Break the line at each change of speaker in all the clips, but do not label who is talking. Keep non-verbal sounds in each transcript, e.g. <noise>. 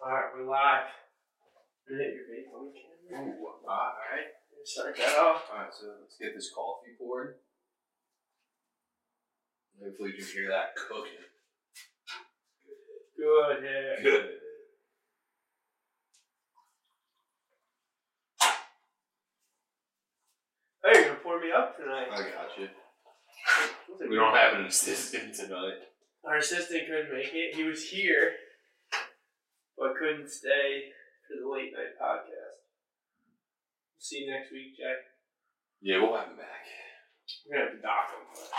Alright, we're live. Is it your vape on the camera? Alright, start that off.
Alright, so let's get this coffee poured. Hopefully you can hear that <laughs> cooking.
Good hair.
Good.
Hey, you're gonna pour me up tonight.
I got you.
That was a
We
good-
don't have an assistant tonight.
Our assistant couldn't make it. He was here, but couldn't stay for the late night podcast. See you next week, Jack.
Yeah, we'll have him back.
We're gonna have to dock him. but-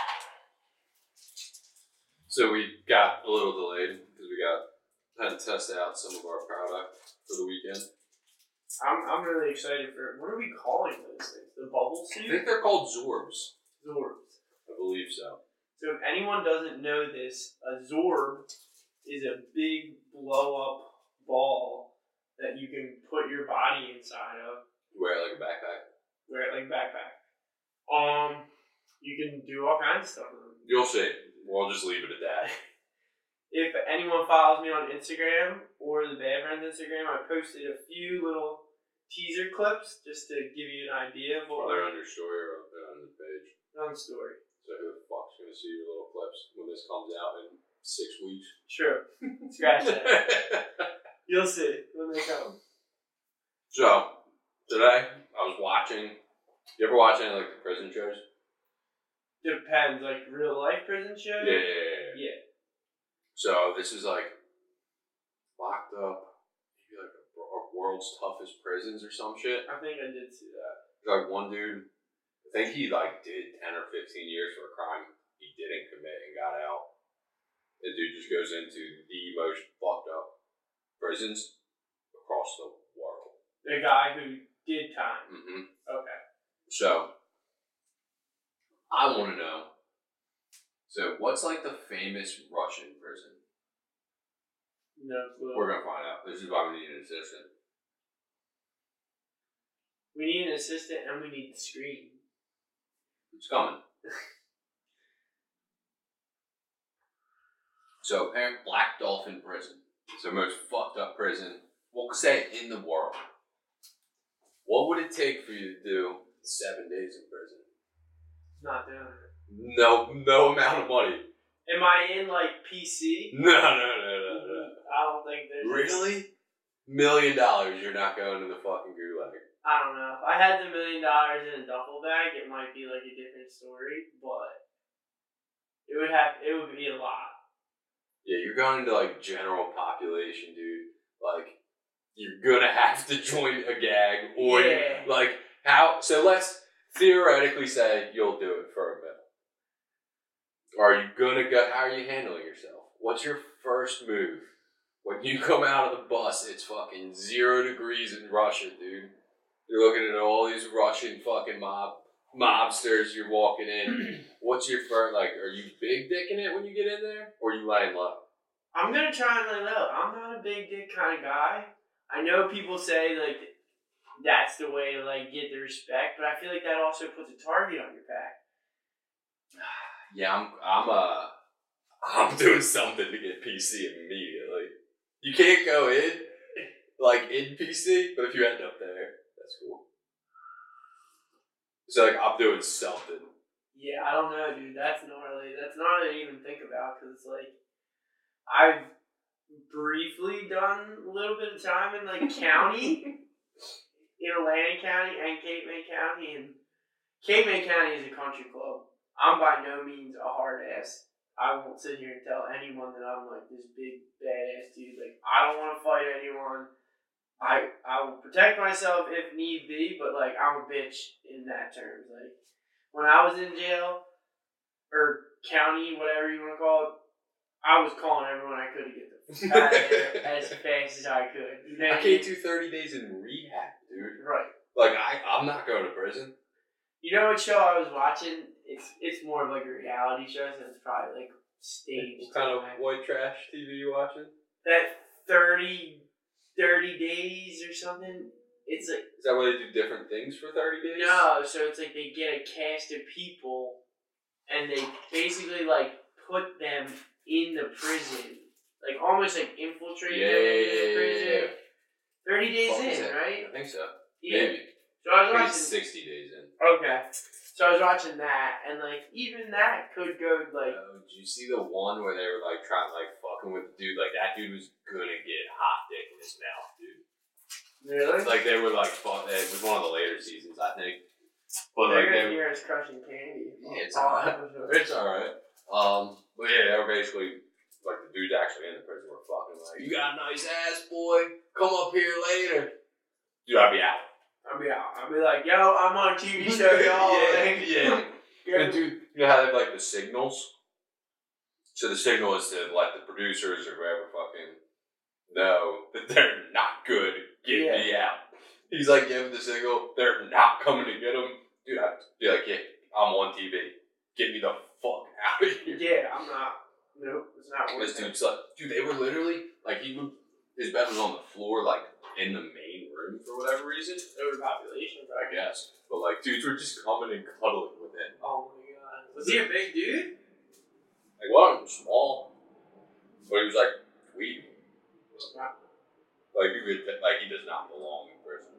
So we got a little delayed because we got had to test out some of our product for the weekend.
I'm, I'm really excited for what are we calling those things? The bubble
I
suit?
think they're called Zorbs.
Zorbs.
I believe so.
So if anyone doesn't know this, a zorb is a big blow up ball that you can put your body inside of,
You wear it like a backpack.
wear it like a backpack. Um, you can do all kinds of stuff with them.
You'll see. We'll just leave it at that. <laughs>
If anyone follows me on Instagram or the Bad Friends Instagram, I posted a few little teaser clips just to give you an idea of what
Or they're
we're
on your story or up there on the page.
on the story.
So who the fuck's gonna see your little clips when this comes out in six weeks?
True. Scratch
<laughs>
that. You'll see when they come.
<laughs> so today I was watching. You ever watch any like the prison shows?
Depends, like real life prison shows.
Yeah, yeah, yeah, yeah.
Yeah.
So this is like locked up, maybe like a, a world's toughest prisons or some shit.
I think I did see that.
Like one dude, I think he like did ten or fifteen years for a crime he didn't commit and got out. The dude just goes into the most fucked up prisons across the world.
The guy who did time.
hmm
Okay.
So, I want to know. So, what's like the famous Russian prison?
No clue.
We're gonna find out. This is why we need an assistant.
we need an assistant and we need the screen.
It's coming. so, apparent Black Dolphin Prison. So, most fucked up prison. We'll say in the world. What would it take for you to do seven days in prison?
Not doing it.
No, no amount of money. <laughs>
Am I in like PC?
No, no, no, no, no.
I don't think there's.
Really? Million dollars, you're not going to the fucking gulag.
I don't know. If I had the million dollars in a duffel bag, it might be like a different story, but it would have. It would be a lot.
Yeah, you're going to like general population, dude. Like, you're gonna have to join a gag or
Yeah.
like how. So let's theoretically say you'll do it for a mill. Are you gonna go? How are you handling yourself? What's your first move? When you come out of the bus, it's fucking zero degrees in Russia, dude. You're looking at all these Russian fucking mob mobsters. You're walking in. What's your first like? Are you big dicking it when you get in there, or are you laying low?
I'm gonna try and lay low. I'm not a big dick kind of guy. I know people say like that's the way to like get the respect, but I feel like that also puts a target on your back.
Yeah, I'm I'm uh I'm <laughs> doing something to get PC immediately. You can't go in like in PC, but if you end up there, that's cool. So like I'm doing something.
Yeah, I don't know, dude. That's gnarly. That's gnarly to even think about because it's like I've briefly done a little bit of time in like county, in Atlantic County and Cape May County, and Cape May County is a country club. I'm by no means a hard ass. I won't sit here and tell anyone that I'm like this big badass dude. Like I don't want to fight anyone. I I will protect myself if need be, but like I'm a bitch in that terms. Like when I was in jail or county, whatever you want to call it, I was calling everyone I could to get
<laughs>
them out of there as fast as I could. You know
I
what mean?
can't do 30 days in rehab, dude.
right.
Like I I'm not going to prison.
You know what show I was watching? It's it's more of like a reality show, so it's probably like staged.
What kind of white trash TV you watching?
that 30, 30 days or something. It's like
Is that why they do different things for 30 days?
no, so it's like they get a cast of people, and they basically like put them in the prison. like almost like infiltrated
Yeah,
everything
yeah, yeah,
crazy.
yeah, yeah.
Thirty days
Fuck was
in,
it?
right?
I think so.
Yeah.
Maybe.
So I was
Maybe
watching
60 days in.
Okay. So I was watching that, and like even that could go like
Oh, did you see the one where they were like trying, like fucking with the dude? Like that dude was gonna get hot dick in his mouth, dude.
really.
It's like they were like, fuck, it was one of the later seasons, I think. But
They're
like they,
gonna hear us crushing candy.
Yeah, it's
All
alright.
episodes.
It's alright. Um, but yeah, they were basically like the dudes actually in the prison were fucking like, you got a nice ass, boy. Come up here later. Dude, I'd be out.
I'll be out. I'll be like, yo, I'm on a
<laughs>
TV show, y'all.
yeah,
Like,
yeah.
go-
And dude, you know how they have like the signals? So the signal is to let the producers or whoever fucking know that they're not good. Get me out. He's like giving the signal, they're not coming to get him. Dude, I'd be like, yeah, I'm on TV. Get me the fuck out of here.
yeah,
<laughs>
I'm not. Nope, it's not worth
This
it.
dude's like, dude, they were literally, like, he would, his bed was on the floor, like, in the main room for whatever reason.
Overpopulation,
I
right?
guess. But, like, dudes were just coming and cuddling with him.
Oh my god. Was he a big dude?
Like, wasn't small, but he was like tweed. Like you could, like he does not belong in prison.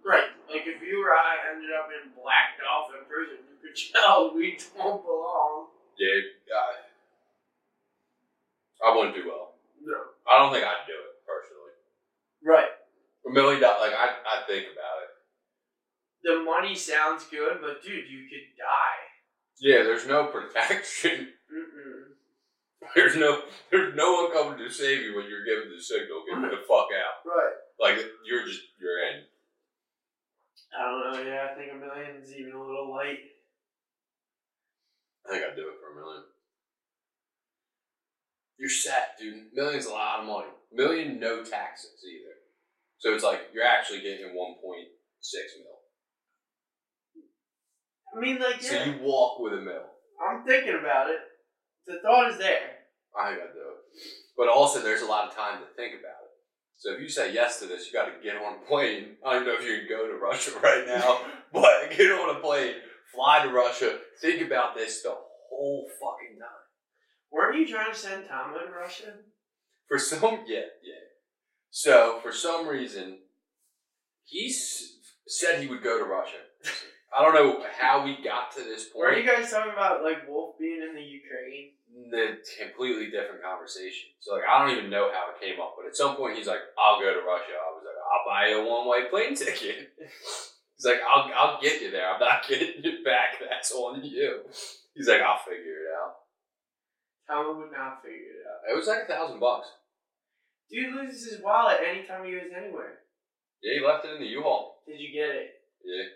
Right. Like if you or I ended up in Black Dolphin prison, you could tell <laughs> we don't belong.
Yeah, I, I wouldn't do well.
No.
I don't think I'd do it personally.
Right.
A million dollars, like I, I think about it.
The money sounds good, but dude, you could die.
Yeah, there's no protection. <laughs>
Mm-mm.
There's no, there's no one coming to save you when you're given the signal. Get the fuck out.
Right.
Like you're just, you're in.
I don't know. Yeah, I think a million is even a little light.
I think I'd do it for a million. You're set, dude. Million's a lot of money. Million, no taxes either. So it's like you're actually getting 1.6 mil.
I mean, like,
So
yeah,
you walk with a mil.
I'm thinking about it. The thought is there.
I think I'd do it. But also, there's a lot of time to think about it. So if you say yes to this, you got to get on a plane. I don't even know if you can go to Russia <laughs> right now, but get on a plane, fly to Russia, think about this the whole fucking time.
Weren't you trying to send Tom to Russia?
for some <laughs> yeah yeah so for some reason he s- said he would go to russia i don't know how we got to this point
Were you guys talking about like Wolf being in the Ukraine?
the completely different conversation so like i don't even know how it came up but at some point he's like i'll go to russia i was like i'll buy you a one-way plane <laughs> ticket he's like I'll, I'll get you there i'm not <laughs> getting you back that's on you he's like i'll figure it out
Tom would not figure it out.
it was like a thousand bucks
Dude loses his wallet anytime he goes anywhere.
yeah he left it in the u-haul
Did you get it?
Yeah.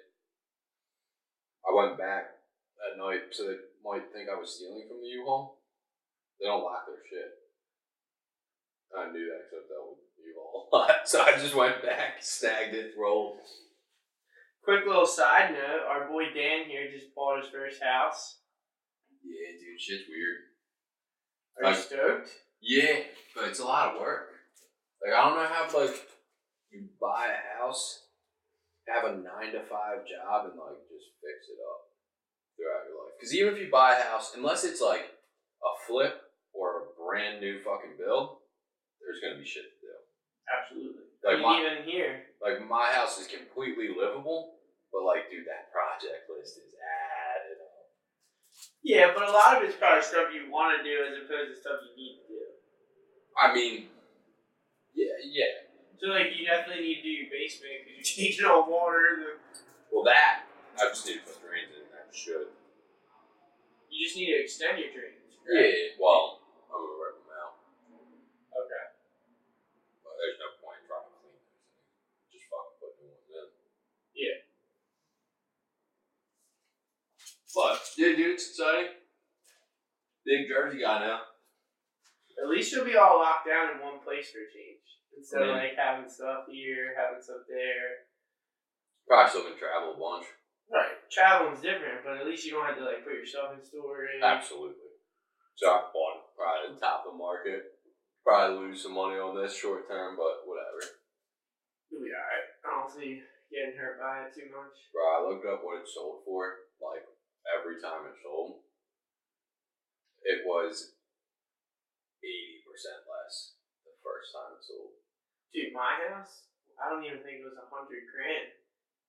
I went back at night, so they might think I was stealing from the U-Haul. They don't lock their shit. I knew that because I dealt with the U-Haul a lot, <laughs> so I just went back, snagged it, rolled.
Quick little side note: Our boy Dan here just bought his first house.
Yeah, dude, shit's weird.
Are
I-
you stoked?
Yeah, but it's a lot of work. Like I don't know how like you buy a house, have a nine to five job, and like just fix it up throughout your life. Because even if you buy a house, unless it's like a flip or a brand new fucking build, there's gonna be shit to do.
Absolutely. I
Like
mean,
my-
even here.
Like my house is completely livable, but like dude, that project list is added up.
Yeah, but a lot of it's probably stuff you want to do as opposed to stuff you need to do.
I mean, yeah, yeah.
So like you definitely need to do your basement because <laughs> you're taking on water. The,
Well, that I just need to put drains in. I should.
you just need to extend your drains. correct?
Yeah, well, I'm gonna rip them out.
Okay.
But there's no point in trying to clean them. Just fucking put new ones in.
Yeah.
But yeah, dude, it's exciting. Big Jersey guy now.
At least you'll be all locked down in one place for a change instead
Yeah.
of like having stuff here, having stuff there.
Probably still gonna travel a bunch.
Right. Traveling's different, but at least you don't have to like put yourself in storage.
Absolutely. So I bought it probably at the top of the market. Probably lose some money on this short term, but whatever.
You'll be alright. I don't see getting hurt by it too much.
Bro, I looked up what it sold for, like every time it sold. It was percent less the first time it's sold.
Dude, my house, I don't even think it was a hundred grand.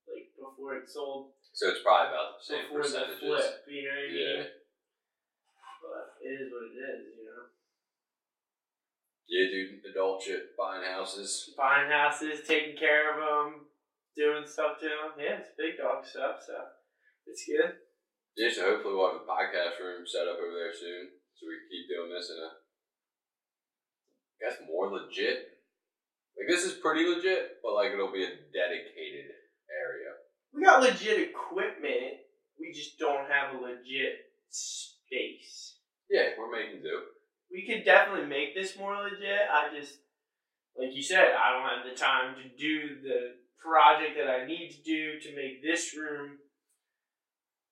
Like before it sold,
So it's probably about the same
before the
percentages.
flip, you know what I mean?
Yeah.
But it is what it is, you know.
Yeah, dude, adult shit buying houses.
Buying houses, taking care of them, doing stuff to them. Yeah, it's big dog stuff, so it's good.
Yeah, so hopefully we'll have a podcast room set up over there soon, so we can keep doing this in a. That's more legit. Like this is pretty legit, but like it'll be a dedicated area.
We got legit equipment. We just don't have a legit space.
Yeah, we're making do.
We could definitely make this more legit. I just, like you said, I don't have the time to do the project that I need to do to make this room.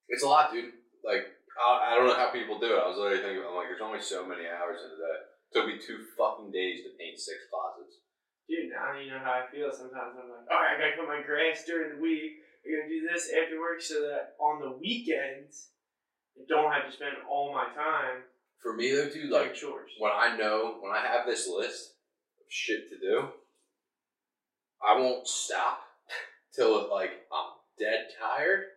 It's a lot, dude. Like I, I don't know how people do it. I was literally thinking, I'm like, there's only so many hours in a day. Took me two fucking days to paint six closets.
Dude, now you know how I feel. Sometimes I'm like, all right, I gotta cut my grass during the week. I gotta do this after work so that on the weekends, I don't have to spend all my time
For me though, too,
doing
like
chores.
when I know when I have this list of shit to do, I won't stop <laughs> till it, like I'm dead tired,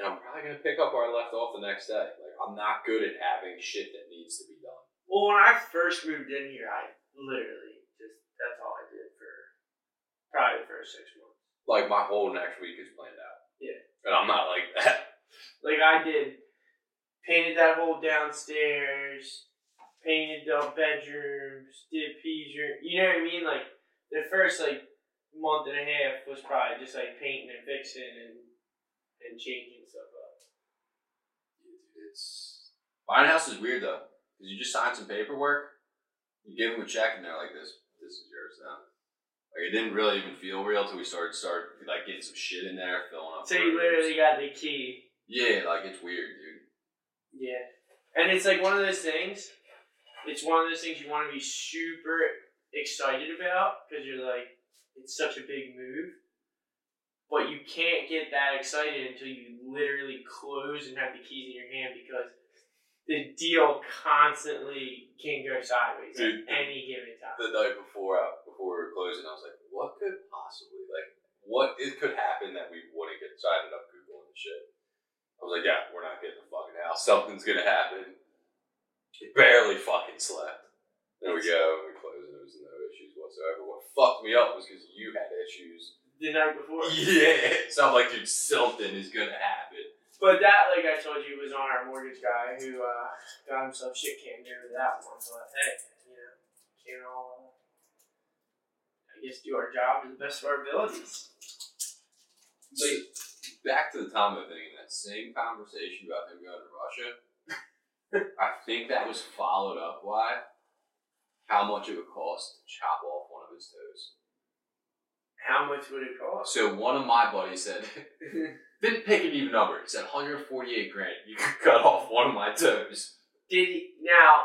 and I'm probably gonna pick up where I left off the next day. Like I'm not good at having shit that needs to be done.
Well, when I first moved in here, I literally just that's all I did for probably the first six months.
Like my whole next week is planned out.
Yeah.
and I'm not like that.
Like I did, painted that whole downstairs, painted the bedrooms, did peas room. You know what I mean? Like the first like month and a half was probably just like painting and fixing and and changing stuff up.
It's buying a house is weird though, because you just sign some paperwork, you give them a check, and they're like, "This, this is yours now." Like it didn't really even feel real till we started start like getting some shit in there, filling up.
So you
rooms.
literally got the key.
Yeah, like it's weird, dude.
Yeah. And it's like one of those things. It's one of those things you want to be super excited about because you're like, it's such a big move. But you can't get that excited until you literally close and have the keys in your hand because the deal constantly can go sideways
Dude.
at any given time.
The night before, uh, before we were closing, I was like, "What could possibly like what it could happen that we wouldn't get?" So I ended up googling the shit. I was like, "Yeah, we're not getting the fucking house. <laughs> Something's gonna happen." Barely fucking slept. There we go. We closed, and there was no issues whatsoever. What fucked me up was because you had issues. <laughs>
The night before.
Yeah. So I'm like, dude, something is gonna happen.
But that, like I told you, was on our mortgage guy who uh, got himself shit canned over that one. But hey, you know, can't all, uh, I guess, do our job to the best of our abilities.
Like, back to the Tombo thing, in that same conversation about him going to Russia, I think that was followed up by how much it would cost to chop off one of his toes.
How much would it cost?
So one of my
<laughs>
buddies said, didn't pick an even number, said 148 grand.
<laughs>
You could cut off one of my toes.
did he, now,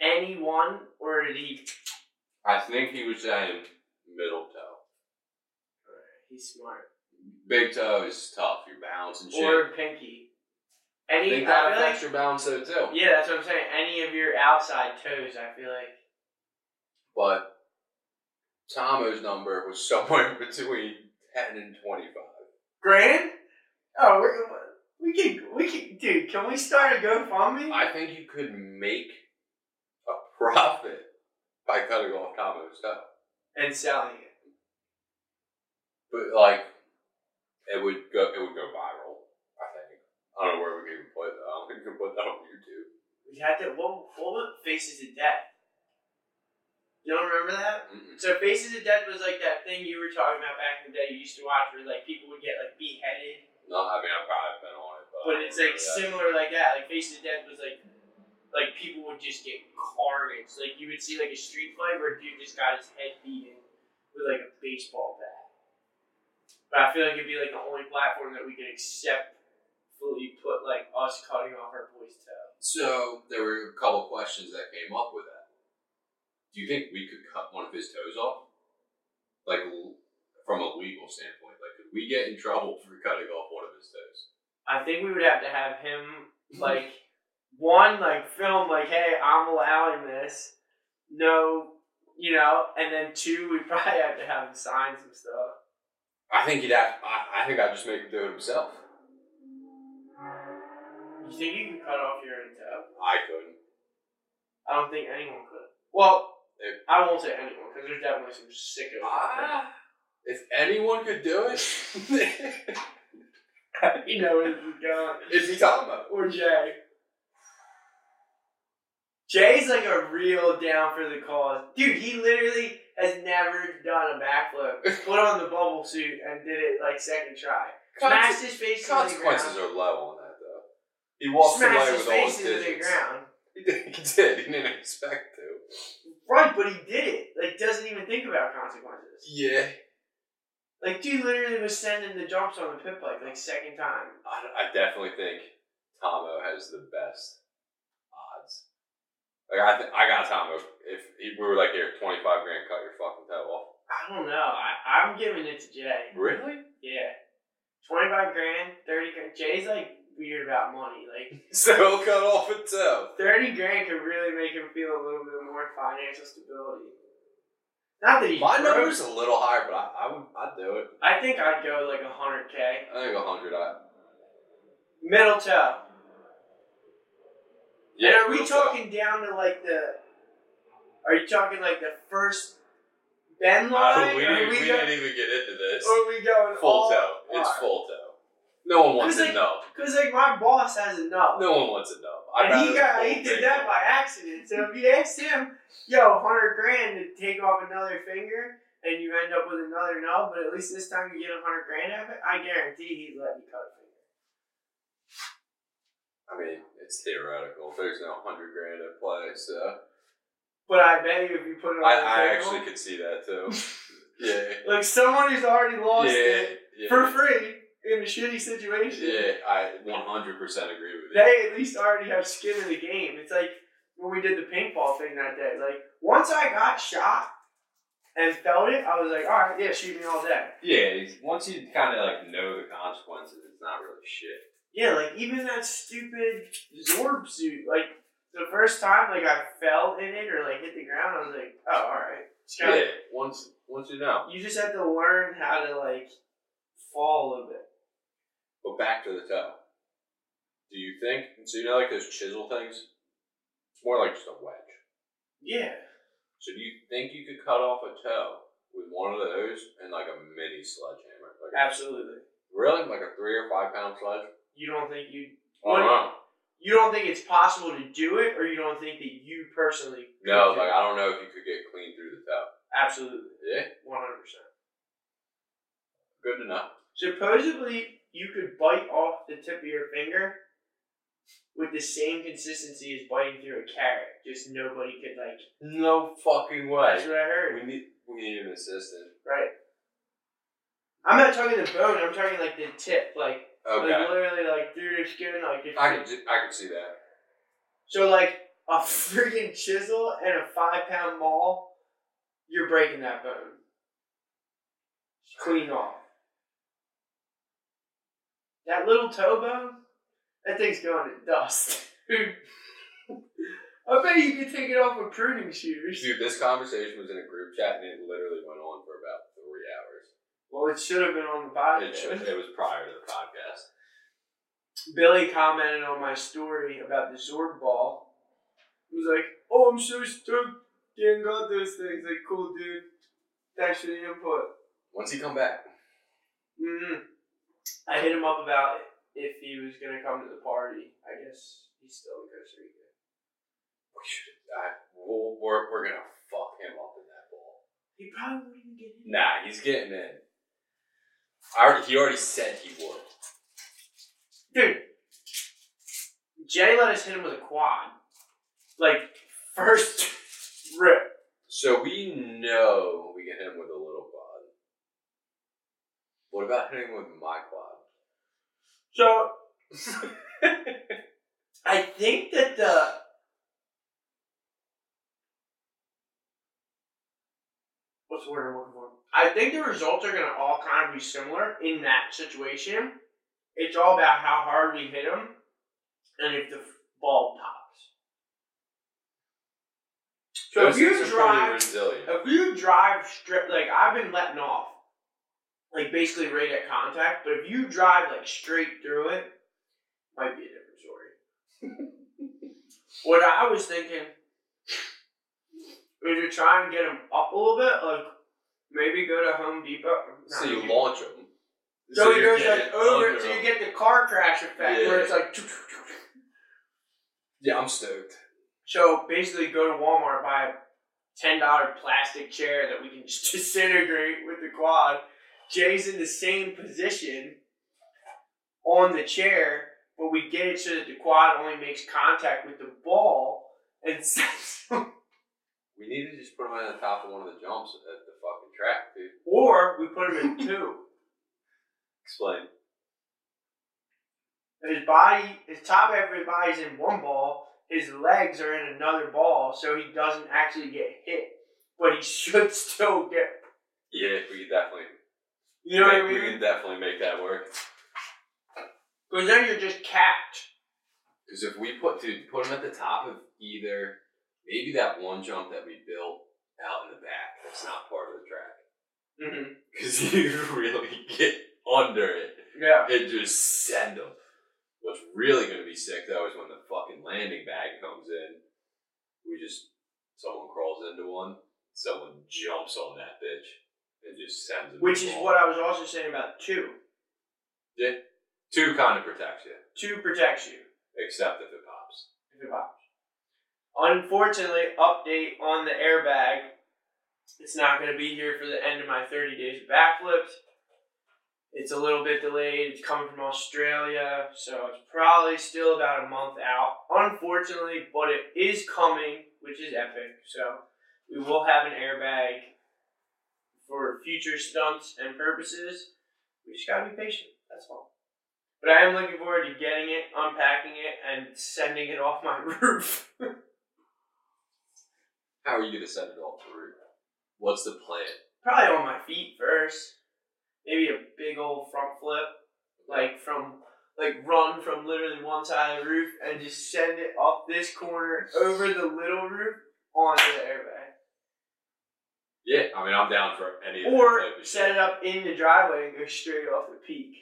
anyone, or did he?
I think he was saying middle toe.
He's smart.
Big toe is tough. Your balance and shit.
Or Pinky.
I
Any,
think
I
that
feel like-
affects your balance though too.
yeah, that's what I'm saying. Any of your outside toes, I feel like.
but Tomo's number was somewhere <laughs> between 10 and 25.
Grand? Oh, we're, we can we can dude. Can we start a GoFundMe?
I think you could make a profit by cutting off Tomo's toe.
and selling it.
But like, it would go, it would go viral. I think. I don't know where we can even put that. I don't think we can put that on YouTube.
We had to what what was Faces of Death? You don't remember that? So Faces of Death was like that thing you were talking about back in the day. You used to watch where like people would get like beheaded,
No, I mean I've probably been on it, but, I
but
don't
it's like
remember that.
similar like that. Like Faces of Death was like like people would just get carnage. Like you would see like a street fight where a dude just got his head beaten with like a baseball bat. But I feel like it'd be like the only platform that we could accept fully put like us cutting off our boy's toe.
So there were a couple questions that came up with that. Do you think we could cut one of his toes off, like l- from a legal standpoint? Like, could we get in trouble for cutting off one of his toes?
I think we would have to have him like one like film like hey I'm allowing this no, you know, and then two, we <laughs> probably have to have him sign some stuff.
I think he'd have. I, I think I'd just make him do it himself.
You think you could cut off your own toe?
I couldn't.
I don't think anyone could. Well,
If-
I won't say anyone because there's definitely some sickos. out
Ah, if anyone could do <laughs> it,
there. <laughs> you know, it's gone.
is he talking about?
or Jay. Jay's like a real down for the cause. Dude, he literally has never done a
<laughs>
backflip. Put on the bubble suit and did it like second try. Smashed his face into the ground.
consequences are low on that though. He walks
Smashed
away
his
with all his
face into the
digits.
ground.
<laughs> He did. He did. He didn't expect to.
Right, but he did it. Like doesn't even think about consequences.
Yeah,
Like dude literally was sending the jumps on the pit bike like second time.
I, I definitely think Tomo has the best odds. Like I, th- I got Tomo. If he, we were like here, twenty five grand, cut your fucking toe off.
I don't know. I, I'm giving it to Jay.
Really?
Yeah. Twenty five grand, thirty grand. Jay's like weird about money. Like
<laughs> So he'll cut off a toe.
30 grand could really make him feel a little bit more financial stability. Not that he's
My
broke.
number's a little higher, but I, I would, I'd do it.
I think I'd go like 100k.
I think a hundred. I
Middle toe. and are we
we'll-
talking down to like the. Are you talking like the first Ben
Uh,
line?
we
or are
didn't, we
go- Oh,
didn't even get into this.
or are we going
Full
all
toe. It's full toe. No one wants
Who's
a
like-
nub.
Because like my boss has a nub.
No one wants a nub. I'd
And he
rather
got
full
he did
finger.
that by accident. So if you asked him, yo, hundred grand to take off another finger and you end up with another nub, but at least this time you get a hundred grand out of it, I guarantee he'd let you cut a finger.
I mean, it's theoretical. There's no hundred grand at play, so
But I bet you if you put it on
I,
the
I
table-
actually could see that too.
<laughs>
yeah.
like someone who's already lost
Yeah.
it
Yeah.
for free in a shitty situation.
yeah. I 100 percent agree with you.
They at least already have skin in the game. It's like when we did the paintball thing that day. Like once I got shot and felt it, I was like, all right, yeah, shoot me all day.
Yeah, it's- once you kind of like know the consequences, it's not really shit.
Yeah, like even that stupid Zorb suit. Like the first time, like I fell in it or like hit the ground, I was like, oh, all right. It's kinda-
Yeah, once once you know.
You just have to learn how to like fall a little bit.
But back to the toe. Do you think so? You know, like those chisel things. It's more like just a wedge.
Yeah.
So do you think you could cut off a toe with one of those and like a mini sledgehammer? Like a,
Absolutely.
really? Like a three or five pound sledge?
You don't think you
I don't know.
you don't think it's possible to do it, or you don't think that you personally could
No,
do
like
it?
I don't know if you could get clean through the toe.
absolutely
Yeah,
one hundred percent.
good to know.
Supposedly, you could bite off the tip of your finger with the same consistency as biting through a carrot. Just nobody could like.
No fucking
That's what I heard.
We need we need an assistant.
Right. I'm not talking the bone. I'm talking like the tip, like,
Okay,
like literally like through your skin, like. Your
I could ju- I could see that.
So like a <laughs> freaking chisel and a five pound maul, you're breaking that bone. Clean off. That little toe bone, that thing's going to dust. <laughs> I bet you could take it off with pruning shears.
Dude, this conversation was in a group chat and it literally went on for about three hours.
Well, it should have been on the body.
It, should, it was prior to the podcast.
Billy commented on my story about the Zorb ball. He was like, "Oh, I'm so stoked Dan got those things." Like, cool, dude. Thanks for the input.
When's he come back?
mm I hit him up about if he was gonna come to the party. I guess he's still in Costa Rica.
We should. I, we'll, we're we're gonna fuck him up in that ball.
He probably wouldn't even get in.
Nah, he's getting in. I already, he already said he would.
Dude, Jay let us hit him with a quad. Like first <laughs> rip.
So we know we can hit him with a little quad. What about hitting him with my quad?
So <laughs> I think that the what's the word I'm looking for? I think the results are going to all kind of be similar in that situation. It's all about how hard we hit them and if Oh, the f- ball pops. So
Those
if you
things are pretty
drive,
resilient.
if you drive straight, like I've been letting off, like basically right at contact. But if you drive like straight through it, might be a different story. what I was thinking is to try and get them up a little bit, like maybe go to Home Depot. not
So
Home
you
Depot.
launch them.
So, it goes
get
like
it
over,
under
so
'em.
you get the car crash effect where it's like.
Yeah, I'm stoked.
So basically, go to Walmart buy a ten dollar plastic chair that we can just <laughs> disintegrate with the quad. Jay's in the same position on the chair, but we get it so that the quad only makes contact with the ball and <laughs> sends him.
We need to just put them on the top of one of the jumps at the fucking track, dude.
Or we put him in two.
Explain.
And his body, his top half of his body's in one ball. His legs are in another ball, so he doesn't actually get hit, but he <laughs> should still get.
Yeah, we could definitely.
You know what I
make- We
mean?
could definitely make that work.
Because then you're just capped.
Because if we put dude, put them at the top of either maybe that one jump that we built out in the back that's not part of the track.
Mm-hmm.
Because <laughs> you really get under it
Yeah.
and just send them. What's really going to be sick though is when the fucking landing bag comes in. We just someone crawls into one, someone jumps on that bitch and just sends them.
Which is what I was also saying about two.
two kind of protects you,
Two protects you
except if it pops.
if it pops. Unfortunately, update on the airbag. It's not going to be here for the end of my 30 days of backflips. It's a little bit delayed. It's coming from Australia, so it's probably still about a month out. Unfortunately, but it is coming, which is epic. So we will have an airbag for future stunts and purposes. We just gotta be patient. That's all. But I am looking forward to getting it, unpacking it, and sending it <laughs> off my roof.
How are you going to send it all through? What's the plan?
Probably on my feet first. Maybe a big old front flip, like from like run from literally one side of the roof and just send it up this corner over the little roof onto the airbag.
Yeah, I mean I'm down for any of that
Or
type of
set
shit.
it up in the driveway and go straight off the peak.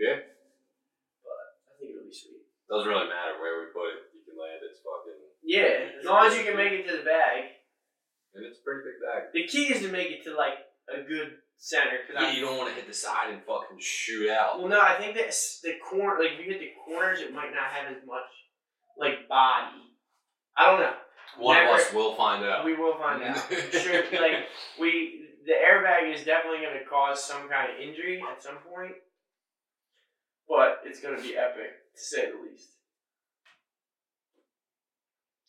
Yeah,
I think it'll be sweet.
doesn't really matter where we put it. You can land. It's fucking
Yeah, as long as you can make it to the bag.
and it's a pretty big bag.
The key is to make it to like a good center. Cause
Yeah,
I,
you don't want to hit the side and fucking shoot out.
Well, no, I think that's the corner. Like, if you hit the corners, it might not have as much like body. I don't know.
One
Never-
of us will find out.
We will find
<laughs>
out. sure, like we, the airbag is definitely going to cause some kind of injury at some point, but it's going to be epic to say the least.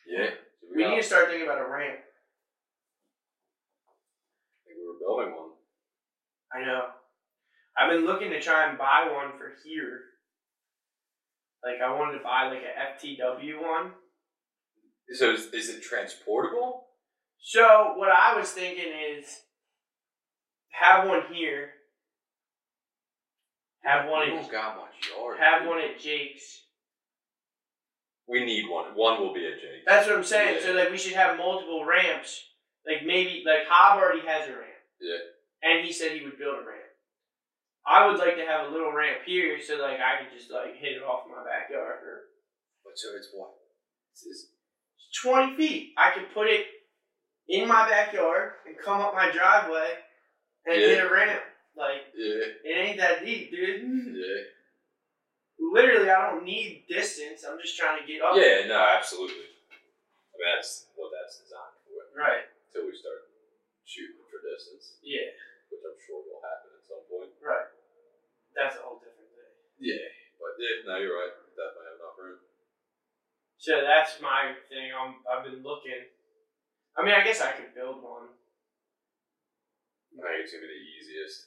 yeah.
We need to start thinking about a ramp.
we were building one.
I know. I've been looking to try and buy one for here. Like, I wanted to buy like a FTW one.
So is, is it transportable?
So what I was thinking is have one here, have one
We
at,
don't got much yard.
have
dude.
one at Jake's.
We need one. One will be a Jake.
That's what I'm saying. So like we should have multiple ramps. Like maybe like Hob already has a ramp.
Yeah.
And he said he would build a ramp. I would like to have a little ramp here so like I could just like hit it off my backyard or
But so it's what? It's, it's-
20 feet. I could put it in my backyard and come up my driveway and hit
Yeah.
a ramp. Like
yeah,
it ain't that deep, dude.
yeah.
literally I don't need distance. I'm just trying to get up.
Yeah, no, absolutely. I mean, that's what that's designed for.
Right.
Until we start shooting for distance,
Yeah.
which I'm sure will happen at some point.
Right. That's a whole different thing.
Yeah. But yeah, no, you're right. Definitely have enough room.
So that's my thing. I'm I've been looking. I mean, I guess I could build one.
I think it's gonna be the easiest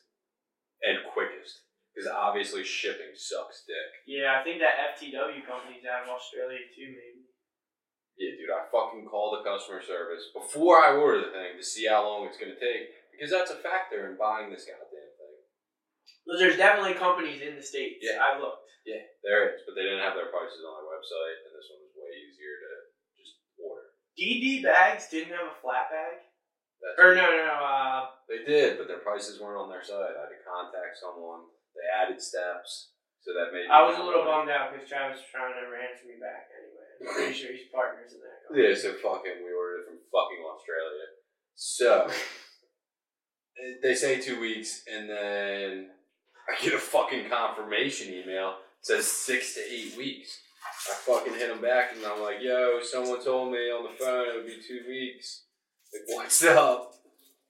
and quickest because obviously shipping sucks dick.
Yeah, I think that FTW company's out of Australia too, maybe.
Yeah, dude, I fucking call the customer service before I order the thing to see how long it's gonna take because that's a factor in buying this goddamn thing.
Well, there's definitely companies in the states.
Yeah.
I looked.
Yeah, there it is, but they didn't have their prices on their website, and this one was way easier to just order.
Do DD bags didn't have a flat bag.
That's
Or no, no, no. Uh,
They did, but their prices weren't on their side. I had to contact someone. They added steps, so that made.
I
me
was a
not
little bummed
want
out because Travis was trying to ransom me back anyway. I'm pretty sure he's partners in that.
it. Yeah, so fucking, we ordered it from fucking Australia. So eh, they say two weeks, and then I get a fucking confirmation email. It says six to eight weeks. I fucking hit them back, and I'm like, "Yo, someone told me on the phone it would be two weeks. Like, what's up?"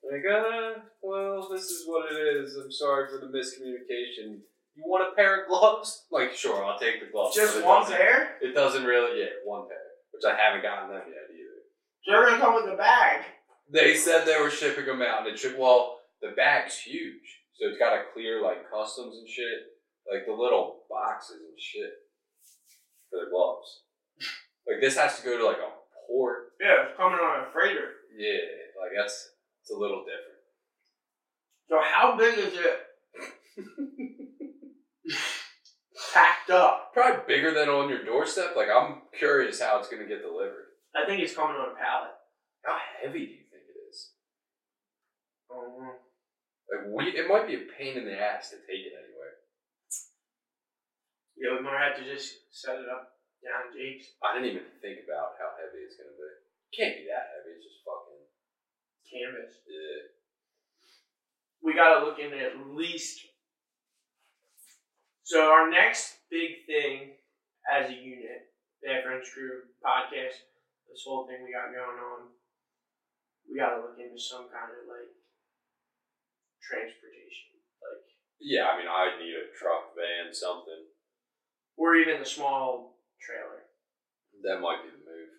Like, uh, well, this is what it is. I'm sorry for the miscommunication. You want a pair of gloves? Like, sure, I'll take the gloves. But
Just
it
one
doesn't-
pair?
It doesn't really, yeah, one pair, which I haven't gotten them yet either.
They're gonna come with a bag.
They said they were shipping them out, and it shipped. Well, the bag's huge, so it's got to clear like customs and shit, like the little boxes and shit for the gloves. like this has to go to like a port.
Yeah, it's coming on a freighter.
Yeah, like that's it's a little different.
So how big is <laughs> it? Packed up.
Probably bigger than on your doorstep. Like I'm curious how it's gonna get delivered.
I think it's coming on a pallet.
How heavy do you think it is?
Oh,
Like we, it might be a pain in the ass to take it anyway.
yeah, we might have to just set it up down Jake's.
I didn't even think about how heavy it's gonna be. Can't be that heavy. It's just fucking. eh.
canvas.
Yeah.
We got to look into at least. So our next big thing as a unit, Bad French Crew podcast, this whole thing we got going on, we got to look into some kind of like transportation, like
Yeah, I mean, I'd need a truck, van, something.
or even a small trailer,
That might be the move.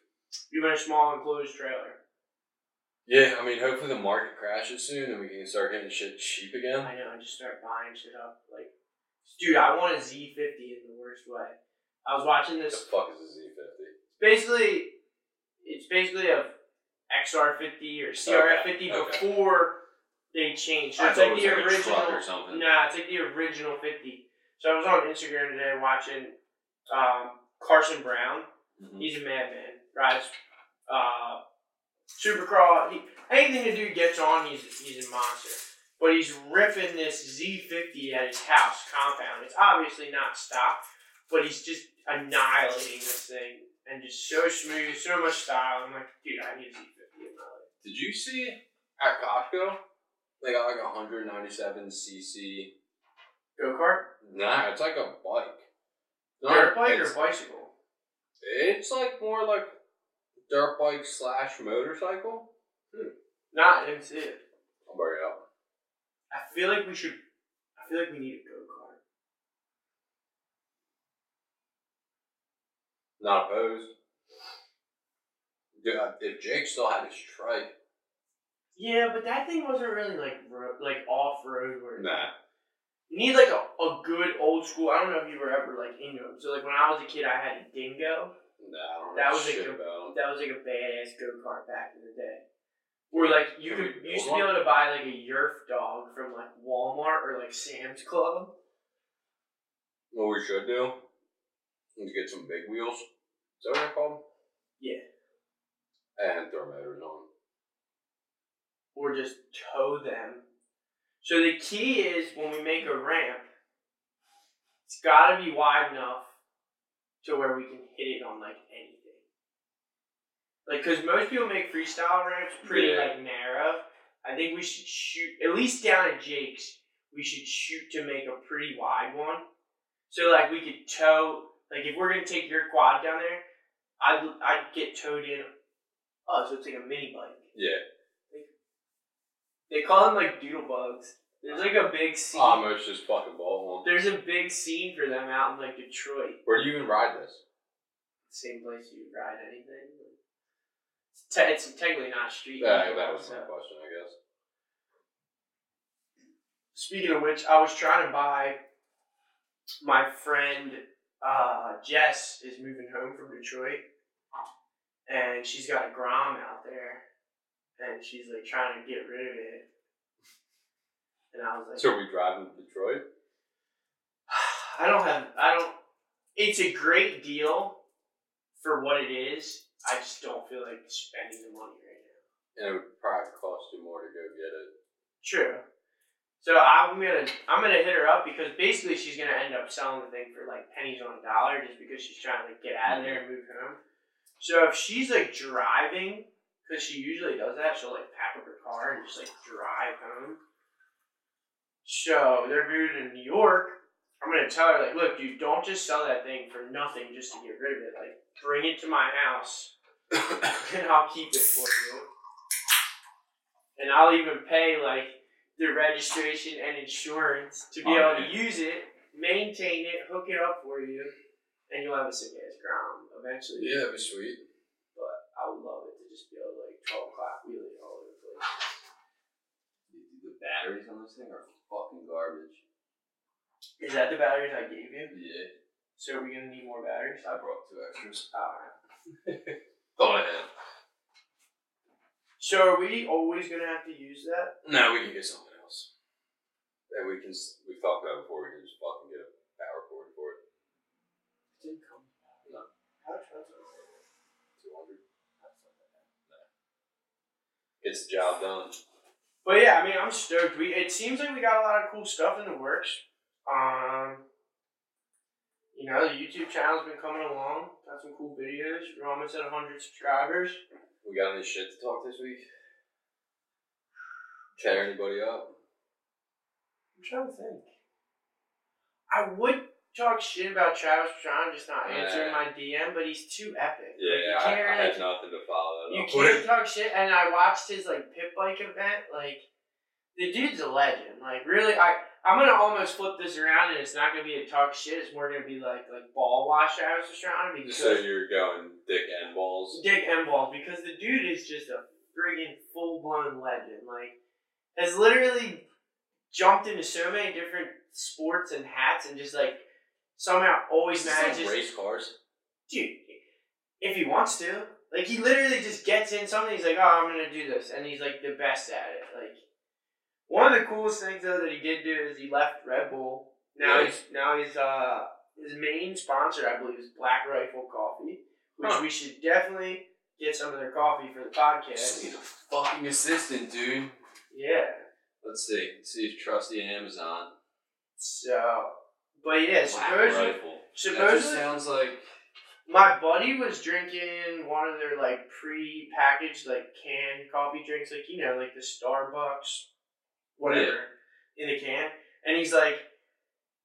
even a small enclosed trailer.
Yeah, I mean, hopefully the market crashes soon and we can start getting shit cheap again.
I know. I just start buying shit up, like, dude, I want a Z fifty in the worst way. I was watching
What
this
the fuck is a Z fifty?
It's basically it's basically a XR50 or CRF50
Okay, okay.
before they changed. So it's like the original.
something.
Nah, it's like the original 50. So I was on Instagram today watching um, Carson Brown.
Mhm.
He's a madman. Rides uh, Supercross. He, anything the dude gets on, he's he's a monster. But he's ripping this Z50 at his house compound. It's obviously not stopped, but he's just annihilating this thing and just so smooth, so much style. I'm like, dude, I need a Z50 in my life.
Did you see at Costco? They got like a 197 cc.
Go kart,
Nah, it's like a bike. Not-
dirt bike, or
it's-
bicycle.
It's like more like dirt bike slash motorcycle.
Nah, I didn't see it.
I'll bring it up.
I feel like we should. I feel like we need a go kart.
Not opposed. Dude, I- if Jake still had his trike,
Yeah, but that thing wasn't really like ro- like off road where
Nah.
You need like a, a good old school. I don't know if you were ever like into them. So like when I was a kid, I had a dingo.
Nah, I don't know
That was a
shit
good-
about 'em.
That was like a badass go kart back in the day. Or like you
Can
could
we
you used to
build
be
one?
able to buy like a Yerf dog from like Walmart or like Sam's Club.
What we should do is get some big wheels. Is that what they're called?
Yeah.
And throw motors on.
Or just tow them. So the key is when we make a ramp, it's gotta be wide enough to where we can hit it on like anything. Like, cause most people make freestyle ramps pretty
Yeah.
like narrow. I think we should shoot at least down at Jake's. We should shoot to make a pretty wide one. So like we could tow. Like if we're gonna take your quad down there, I'd I'd get towed in. Oh, so it's like a mini bike.
Yeah.
They call them like doodle bugs. There's like a big scene.
Almost just fucking ball one.
There's a big scene for them out in like Detroit.
Where do you even ride this?
Same place you ride anything. It's, te- it's technically not street.
Yeah,
legal,
Uh, that was my
so.
question, I guess.
Speaking of which, I was trying to buy. My friend uh, Jess is moving home from Detroit, and she's got a Grom out there, and she's like trying to get rid of it. And I was like,
So are we driving to Detroit?
<sighs> I don't have. I don't. It's a great deal for what it is. I just don't feel like spending the money right now.
And it would probably cost you more to go get it.
True. So I'm gonna I'm gonna hit her up because basically she's gonna end up selling the thing for like pennies on a dollar just because she's trying to like, get out of there and move home. So if she's like driving, because she usually does that, she'll like pack up her car and just like drive home. So they're moving to New York. I'm gonna tell her like, look, dude, don't just sell that thing for nothing just to get rid of it. Like, bring it to my house and I'll keep it for you. And I'll even pay like the registration and insurance to be
Oh,
able
yeah.
to use it, maintain it, hook it up for you, and you'll have a sick ass ground eventually.
Yeah, that'd be sweet.
But I would love it to just be able to like twelve o'clock wheelie all over the place.
The batteries on this thing are fucking garbage.
Is that the batteries I gave you?
Yeah,
So are we gonna need more batteries?
I brought two extras.
Alright.
Thought I had.
So are we always gonna have to use that?
No, we can get something else. And we can. s- We talked about it before. We can just fucking get a power cord for it.
It didn't come.
No.
How expensive is it?
Two hundred. No. Gets the job done.
But yeah, I mean, I'm stoked. We it seems like we got a lot of cool stuff in the works. Um, you know, the YouTube channel's been coming along. Got some cool videos. We're almost at 100 subscribers.
We got any shit to talk this week? Tear anybody up?
I'm trying to think. I would talk shit about Travis John just not answering my DM, but he's too epic. Like,
Yeah,
you
I,
can't
I
really
had nothing to follow. that
You
up
can't
<laughs> with.
talk shit. And I watched his like pit bike event. Like the dude's a legend. Like really, I I'm gonna almost flip this around, and it's not gonna be a talk shit. It's more gonna be like like ball wash Travis Pastrana <laughs> because
So you're going dick and balls.
dick and balls because the dude is just a friggin' full blown legend. Like has literally jumped into so many different sports and hats, and just like somehow always
Is this like
manages
race cars.
dude, if he wants to, like he literally just gets in something. He's like, oh, I'm gonna do this, and he's like the best at it. Like one of the coolest things though that he did do is he left Red Bull. Now
Yeah.
he's now he's uh his main sponsor, I believe, is Black Rifle Coffee, which
Huh.
we should definitely get some of their coffee for the
Just
podcast.
need a fucking assistant, dude.
Yeah.
Let's see. Let's see if Trusty and Amazon.
So, but yeah,
Black
supposedly
rifle. that just
supposedly-
sounds like
My buddy was drinking one of their like pre-packaged like canned coffee drinks, like you know, like the Starbucks, whatever, in the can. And he's like,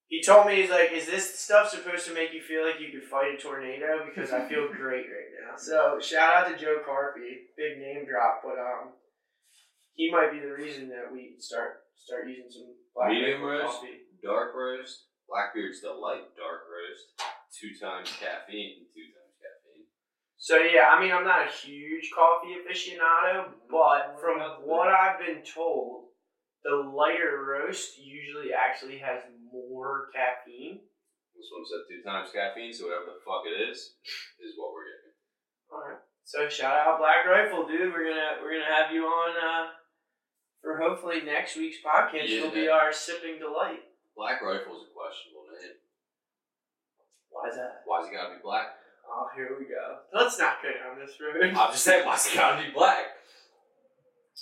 he told me he's like, is this stuff supposed to make you feel like you could fight a tornado? Because I feel great right now. So shout out to Joe Carpy, big name drop, but um, he might be the reason that we start start using some black
Medium
Label
roast?
coffee.
dark roast. Blackbeard's delight dark roast. Two times caffeine. Two times caffeine.
So yeah, I mean, I'm not a huge coffee aficionado, but from what I've been told, the lighter roast usually actually has more caffeine.
This one said two times caffeine, so whatever the fuck it is, is what we're getting.
All right. So shout out Black Rifle, dude. We're gonna we're gonna have you on uh, for hopefully next week's podcast.
Yeah.
will be our sipping delight.
Black rifle's a questionable name.
Why's that?
Why's it gotta be black?
Oh, here we go. Let's not go down this road.
I'm just saying, why's it gotta be black?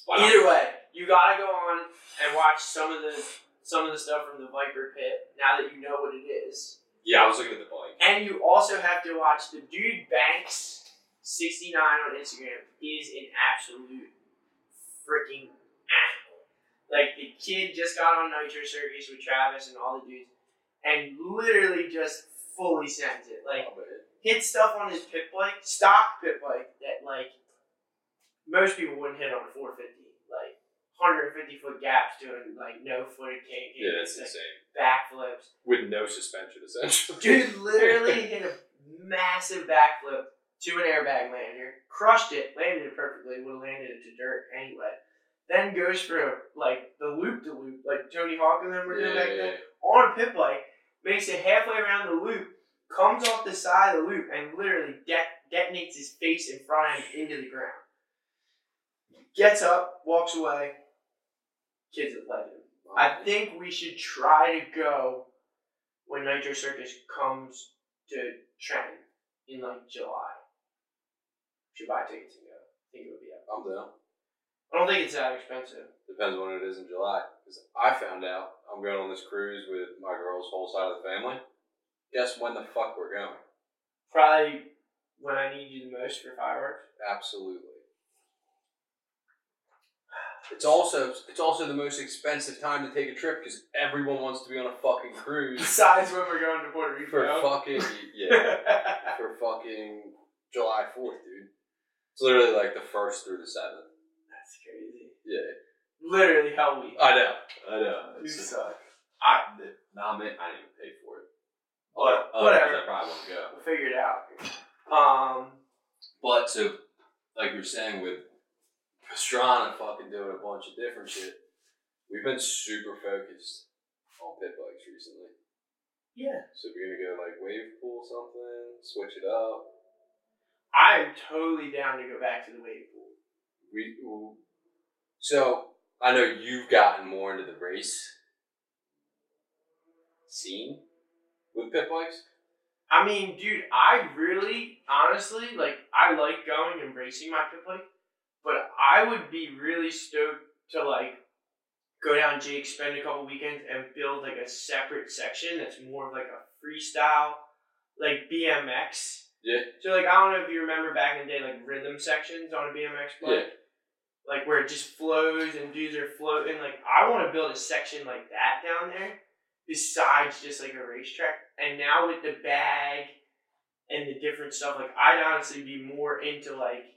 Why not?
Either way, you gotta go on and watch some of the some of the stuff from the Viper Pit. Now that you know what it is.
Yeah, I was looking at the bike.
And you also have to watch the dude Banks sixty nine on Instagram is an absolute freaking animal. Like the kid just got on Nitro Circus with Travis and all the dudes, and literally just fully sends it. Like hit stuff on his pit bike, stock pit bike that like most people wouldn't hit on a four fifty, like hundred and fifty foot gaps doing like no footed can't
Yeah, that's
like,
insane.
backflips.
With no suspension, essentially.
Dude literally hit a massive backflip to an airbag lander, crushed it, landed it perfectly, would have landed it to dirt anyway. Then goes for like the loop to loop, like Tony Hawk and them were doing back then, on a pit bike, makes it halfway around the loop, comes off the side of the loop, and literally de- detonates his face in front of him into the ground. Gets up, walks away. Kid's a legend. I think we should try to go when Nitro Circus comes to Trenton in like July. should buy tickets and go. I think it would be up.
I'm down.
I don't think it's that expensive.
Depends when it is in July. Because I found out I'm going on this cruise with my girl's whole side of the family. Guess when the fuck we're going?
Probably when I need you the most for fireworks. <laughs>
Absolutely. It's also it's also the most expensive time to take a trip because everyone wants to be on a fucking cruise <laughs>
Besides when we're going to Puerto Rico.
for
<laughs>
fucking <laughs> yeah for fucking July Fourth, dude. It's literally like the first through the seventh.
That's crazy.
Yeah,
Literally hell <laughs> week.
I know, I know.
you
It's-
suck.
I nah, man, I didn't even pay for it.
But
Otherwise,
whatever.
I probably won't go.
We'll figure it out. Um,
But so, like you were saying with Pastrana fucking doing a bunch of different shit, we've been super focused on pit bikes recently.
yeah.
So we're gonna go like wave pool something, switch it up.
I am totally down to go back to the wave pool.
We w- so I know you've gotten more into the race scene with pit bikes.
I mean, dude, I really, honestly, like, I like going and racing my pit bike, but I would be really stoked to, like, go down Jake, spend a couple weekends, and build, like, a separate section that's more of, like, a freestyle, like, BMX.
Yeah.
So, like, I don't know if you remember back in the day, like, rhythm sections on a BMX bike. Like, where it just flows and dudes are floating. Like, I want to build a section like that down there besides just like a racetrack. And now with the bag and the different stuff, like I'd honestly be more into like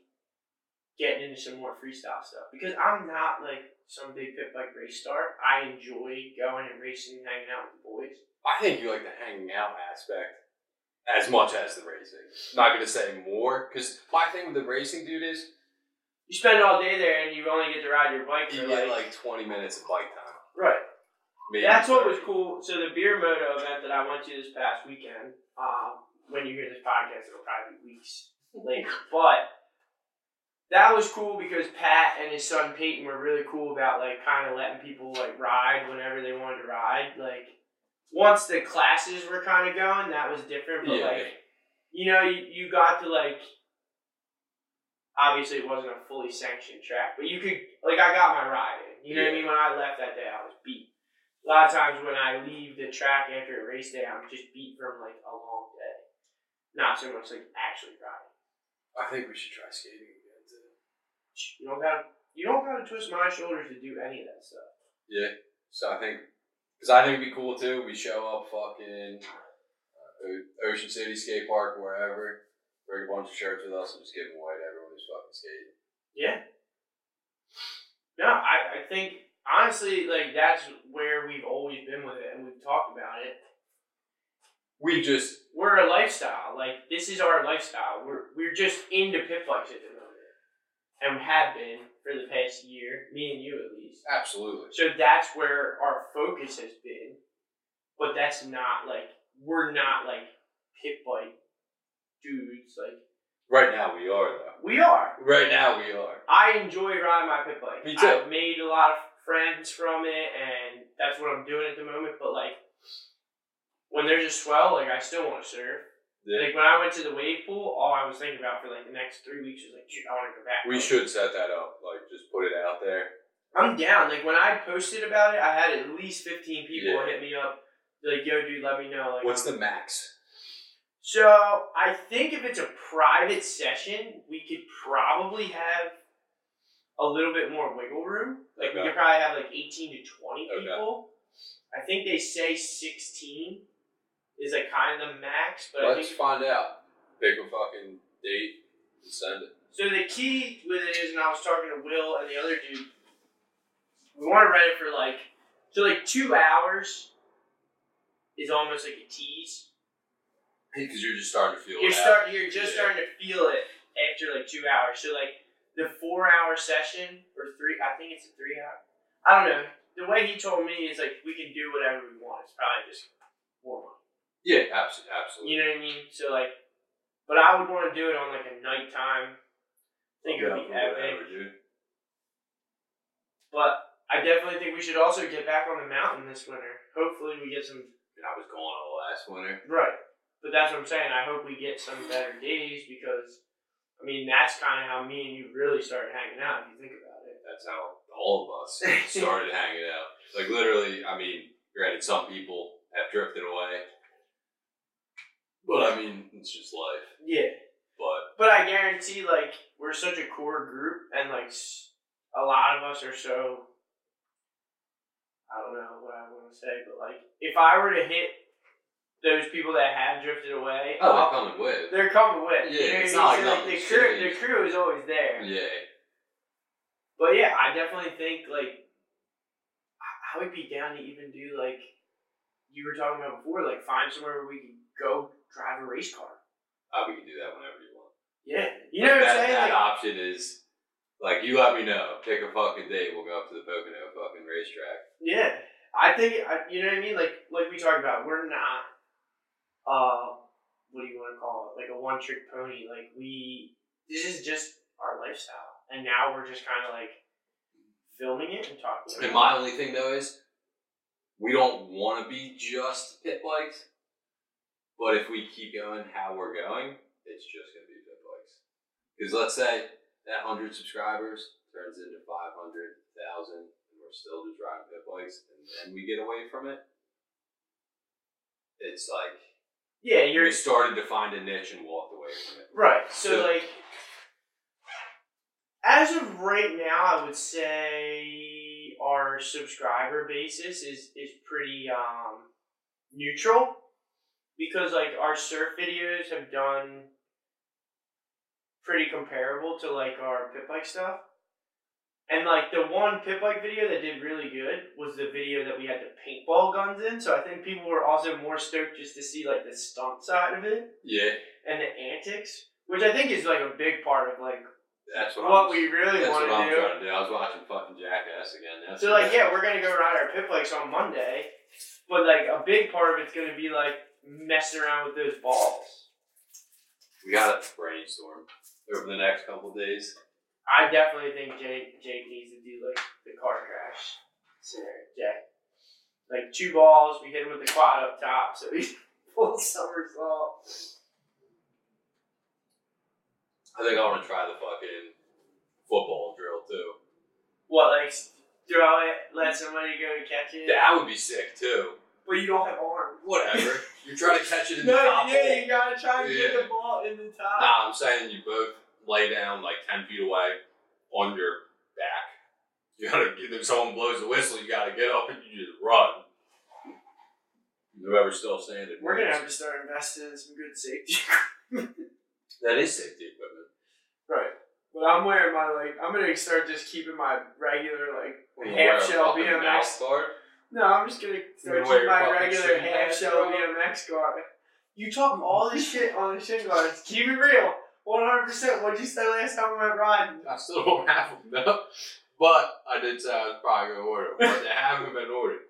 getting into some more freestyle stuff because I'm not like some big pit bike race star. I enjoy going and racing and hanging out with the boys.
I think you like the hanging out aspect as much as the racing. Not gonna say more because my thing with the racing dude is
You spend all day there and you only get to ride your bike
You
for
get
like,
like 20 minutes of bike time.
right.
Maybe
That's what was
30.
cool. So the beer moto event that I went to this past weekend, um, when you hear this podcast, it'll probably be weeks later. But that was cool because Pat and his son Peyton were really cool about like kind of letting people like ride whenever they wanted to ride. Like once the classes were kind of going, that was different. But
Yeah.
like you know, you, you got to like. Obviously, it wasn't a fully sanctioned track, but you could like I got my ride in. You know what I mean? When I left that day, I was beat. A lot of times when I leave the track after a race day, I'm just beat from like a long day, not so much like actually riding.
I think we should try skating again too.
You don't got you don't got to twist my shoulders to do any of that stuff.
Yeah. So I think, because I think it'd be cool too. We show up fucking uh, O- Ocean City Skate Park, wherever. Bring a bunch of shirts with us and just give them away to everyone who's fucking skating.
Yeah. No, I, I think honestly, like that's where we've always been with it, and we've talked about it.
We just,
we're a lifestyle. Like this is our lifestyle. We're we're just into pit bikes at the moment, and have been for the past year. Me and you at least.
absolutely.
So that's where our focus has been, but that's not like we're not like pit bike dudes. Like
Right now we are though.
we are.
Right now we are.
I enjoy riding my pit bike.
Me too.
I've made a lot of friends from it, and that's what I'm doing at the moment. But like, when there's a swell, like I still want to surf.
Yeah.
Like when I went to the wave pool, all I was thinking about for like the next three weeks was like, dude, I want to go back.
We should set that up. Like, just put it out there.
I'm down. Like when I posted about it, I had at least 15 people
Yeah.
hit me up. They're Like, yo, dude, let me know. Like,
What's the max?
so I think if it's a private session, we could probably have a little bit more wiggle room. Like we
Okay.
could probably have like 18 to 20
Okay.
people. I think they say 16 is like kind of the max, but I
Let's
think
find out. Pick a fucking date and send it.
So the key with it is, and I was talking to Will and the other dude. We want to rent it for like, so like two hours is almost like a tease.
Because you're just starting to feel
You're
it out.
start, you're just
Yeah.
starting to feel it after like two hours. So like the four hour session or three, I think it's a three hour. I don't know. The way he told me is like we can do whatever we want. It's probably just more money.
Yeah, absolutely, absolutely.
You know what I mean? So like, but I would want to do it on like a nighttime. I think it would be epic. But I definitely think we should also get back on the mountain this winter. Hopefully, we get some.
I was going all last winter.
Right. But that's what I'm saying. I hope we get some better days because, I mean, that's kind of how me and you really started hanging out. If you think about it.
That's how all of
<laughs>
us started hanging out. Like literally, I mean, granted, some people have drifted away, but I mean, it's just life.
Yeah.
But oh,
But I guarantee, like, we're such a core group, and like, s- a lot of us are so. I don't know what I want to say, but like, if I were to hit those people that have drifted away,
oh,
I'll-
they're coming with.
they're coming with.
Yeah,
you know
it's
what I
not
mean?
like
so, like the
nothing's
crew, the
changed.
crew is always there.
Yeah,
But yeah, I definitely think like I, I would be down to even do like you were talking about before, like find somewhere where we could go drive a race car.
uh, we can do that whenever you want.
Yeah, you know what I'm
that,
saying?
that
Like,
option is like you let me know. Pick a fucking date. We'll go up to the Pocono fucking racetrack.
yeah, I think I, you know what I mean. Like like we talked about, we're not uh what do you want to call it? Like a one trick pony. Like we this is just our lifestyle, and now we're just kind of like filming it and talking. about
And
it.
my only thing though is we don't want to be just pit bikes, but if we keep going how we're going, it's just gonna be pit bikes. Because let's say that hundred subscribers turns into 500, 1,000, and we're still just riding pit bikes, and then we get away from it. It's like
yeah, you're
we started to find a niche and walked away from it.
Right. So
So-
like as of right now I would say our subscriber basis is is pretty um neutral because like our surf videos have done pretty comparable to like our pit bike stuff. And like the one pit bike video that did really good was the video that we had the paintball guns in. So I think people were also more stoked just to see like the stunt side of it
Yeah,
and the antics, which I think is like a big part of like
that's what,
what
I'm,
we really
that's
want
what I'm
to do.
trying to do. I was watching fucking Jackass again. That's
So like, yeah, we're gonna go ride our pit bikes on Monday, but like a big part of it's gonna be like messing around with those balls.
we gotta brainstorm over the next couple days.
I definitely think Jake Jake needs to do like the car crash scenario. Jack, like two balls, we hit him with the quad up top, so he <laughs> pulls somersault.
I think I want to try the fucking football drill too.
What like throw it, let somebody go and catch it,
That would be sick too.
but you don't have arms. <laughs>
Whatever. You're trying to catch it in the
No,
top
yeah,
hole.
you gotta try to get
Yeah.
the ball in the top.
Nah, I'm saying you both lay down like ten feet away on your back. You gotta get if someone blows the whistle, you gotta get up and you just run. Whoever's still standing.
We're gonna
wins.
have to start investing in some good safety. <laughs>
That is safety equipment.
right. But I'm wearing my like I'm gonna start just keeping my regular like
You
half
wear a
shell
fucking
BMX.
mouth guard?
no, I'm just gonna start
gonna wear
keeping
your
my
fucking
regular
shin
half
guards,
shell
bro?
BMX guard. You talk all this shit on the shin guards. Keep it real. One hundred percent. What'd you say last time we went riding?
<laughs> I still don't have them, no. But I did say I was probably gonna order them, but they haven't been ordered.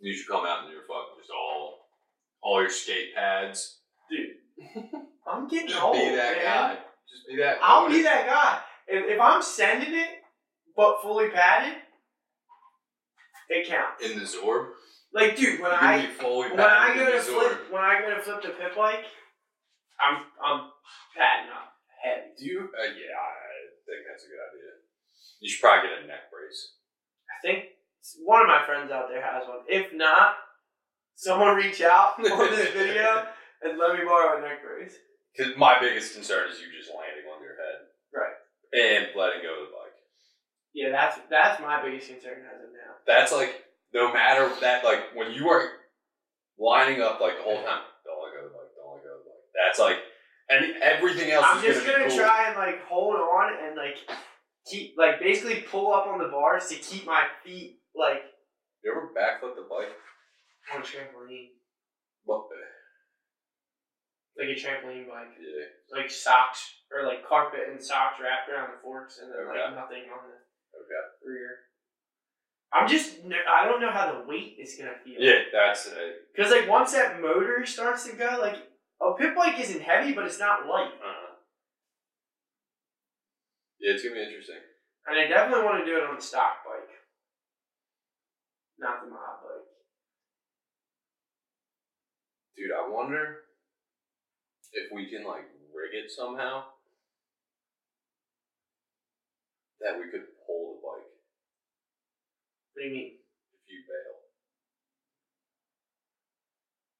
You should come out in your fucking just all, all your skate pads.
I'm getting
Just
old.
be that
man.
guy. Just be that.
I'll
loaded.
be that guy. If, if I'm sending it but fully padded, it counts.
in the Zorb.
Like dude, when
You
I
can be fully
When I
padded
go
in
to
the Zorb.
flip, when I go to flip the pit bike, I'm I'm patting up heavy.
Do you? Uh, yeah, I think that's a good idea. You should probably get a neck brace.
I think one of my friends out there has one. If not, someone reach
<laughs>
out on this video and let me borrow a neck brace.
Because my biggest concern is you just landing on your head.
Right.
And letting go of the bike.
Yeah, that's that's my biggest concern as of now.
that's like no matter that like when you are lining up like the whole time, don't let go of the bike, don't let go of the bike. That's like and everything else
I'm
is
just
gonna,
gonna
be cool.
try and like hold on and like keep like basically pull up on the bars to keep my feet like
You ever backflip the bike?
on a trampoline,
What
like a trampoline bike.
yeah.
like socks or like carpet and socks wrapped around the forks and then like
Okay.
nothing on the
Okay.
rear. I'm just n- I don't know how the weight is gonna feel.
Yeah, that's uh, it.
Cause like once that motor starts to go, like a pit bike isn't heavy, but it's not light.
Uh-huh. Yeah, it's gonna be interesting.
And I definitely want to do it on the stock bike, not the mod bike.
Dude, I wonder if we can like rig it somehow that we could pull the bike
What do you mean?
if you bail.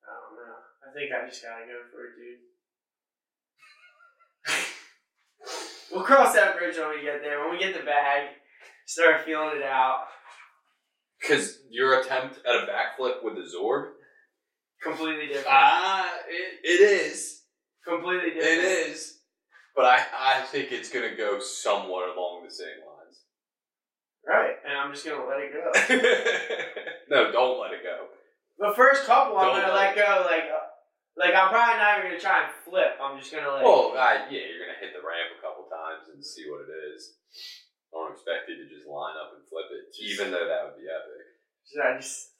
I don't know. I think I just gotta go for it, dude. <laughs> we'll cross that bridge when we get there. When we get the bag, start feeling it out.
Because your attempt at a backflip with the Zord?
Completely different.
Ah, it, it is.
Completely
It
different.
is. But I, I think it's going to go somewhat along the same lines. <laughs>
Right. And I'm just gonna let it go.
no, don't let it go.
The first couple, I'm
Don't
gonna
let
let go. Like, uh, like I'm probably not even gonna try and flip. I'm just gonna like.
Well, I, yeah, you're gonna hit the ramp a couple times and see what it is. I don't expect you to just line up and flip it, even though that would be epic.
should I just?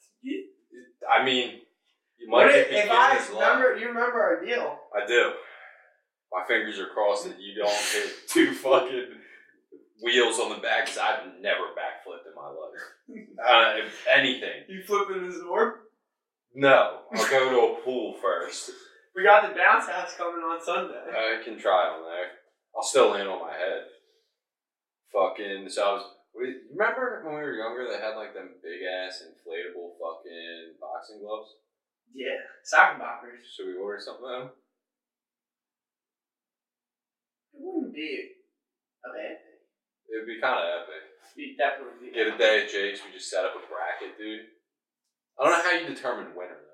I mean, you might
What
get
if, if I
beginner's luck.
remember, you remember our deal.
I do. My fingers are crossed that you don't hit <laughs> two fucking wheels on the back because I've never backflipped in my life. Uh, if anything,
You flipping this orb?
no. I'll go to a pool first.
We got the bounce house coming on Sunday.
I can try on there. I'll still land on my head. Fucking so I was. we- Remember when we were younger, they had like them big ass inflatable fucking boxing gloves.
Yeah, sock boppers.
Should we order something? Though?
It wouldn't be a bad thing.
It would be kind of epic.
It'd definitely be. <laughs>
Get a day at Jake's. We just set up a bracket, dude. I don't know how you determine winner though.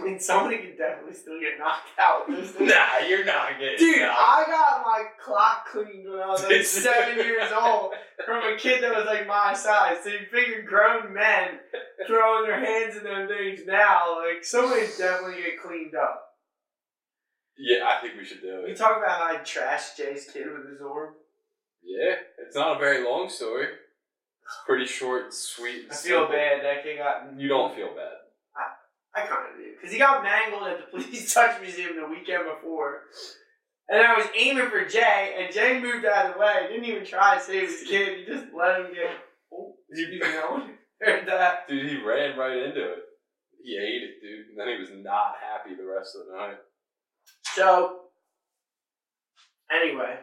I mean, somebody could definitely still get knocked out with this thing.
<laughs> Nah, you're not getting.
Dude,
knocked.
I got my clock cleaned when I was like seven years old from a kid that was like my size. So you figure grown men throwing their hands in them things now, like somebody's definitely get cleaned up.
Yeah, I think we should do
We
it.
talk about how I trashed Jay's kid with his orb.
Yeah, it's not a very long story. It's pretty short, sweet. and
I feel
simple.
bad that kid got.
You don't feel bad.
I kind of do. Because he got mangled at the <laughs> Police Touch Museum the weekend before. And I was aiming for Jay, and Jay moved out of the way. Didn't even try to save his kid. He just let him get. Oh, did you know? <laughs> uh, Heard that.
<laughs> Dude, he ran right into it. He ate it, dude, and then he was not happy the rest of the night.
So, anyway.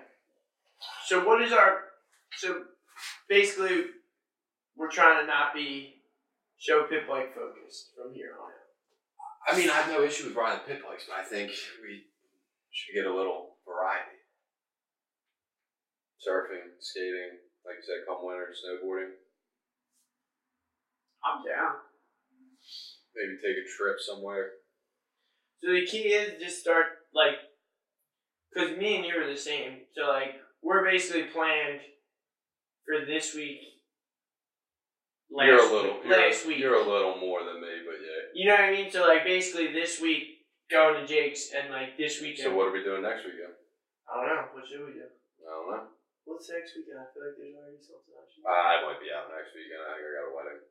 So, what is our. So, basically, we're trying to not be show pit bike focused from here on out.
I mean, I have no issue with riding pit bikes, but I think we should get a little variety. Surfing, skating, like you said, come winter, snowboarding.
I'm down.
Maybe take a trip somewhere.
So the key is just start like, cause me and you are the same. So like we're basically planned for this week.
you're a little,
week-
you're,
last week.
You're a little more than me, but yeah.
you know what I mean? So like basically this week going to Jake's and like this weekend.
So what are we doing next weekend?
I don't know. What should we do?
I don't know.
What's next weekend? I feel like there's already something I should. do.
I might be out next weekend. I think I got a wedding.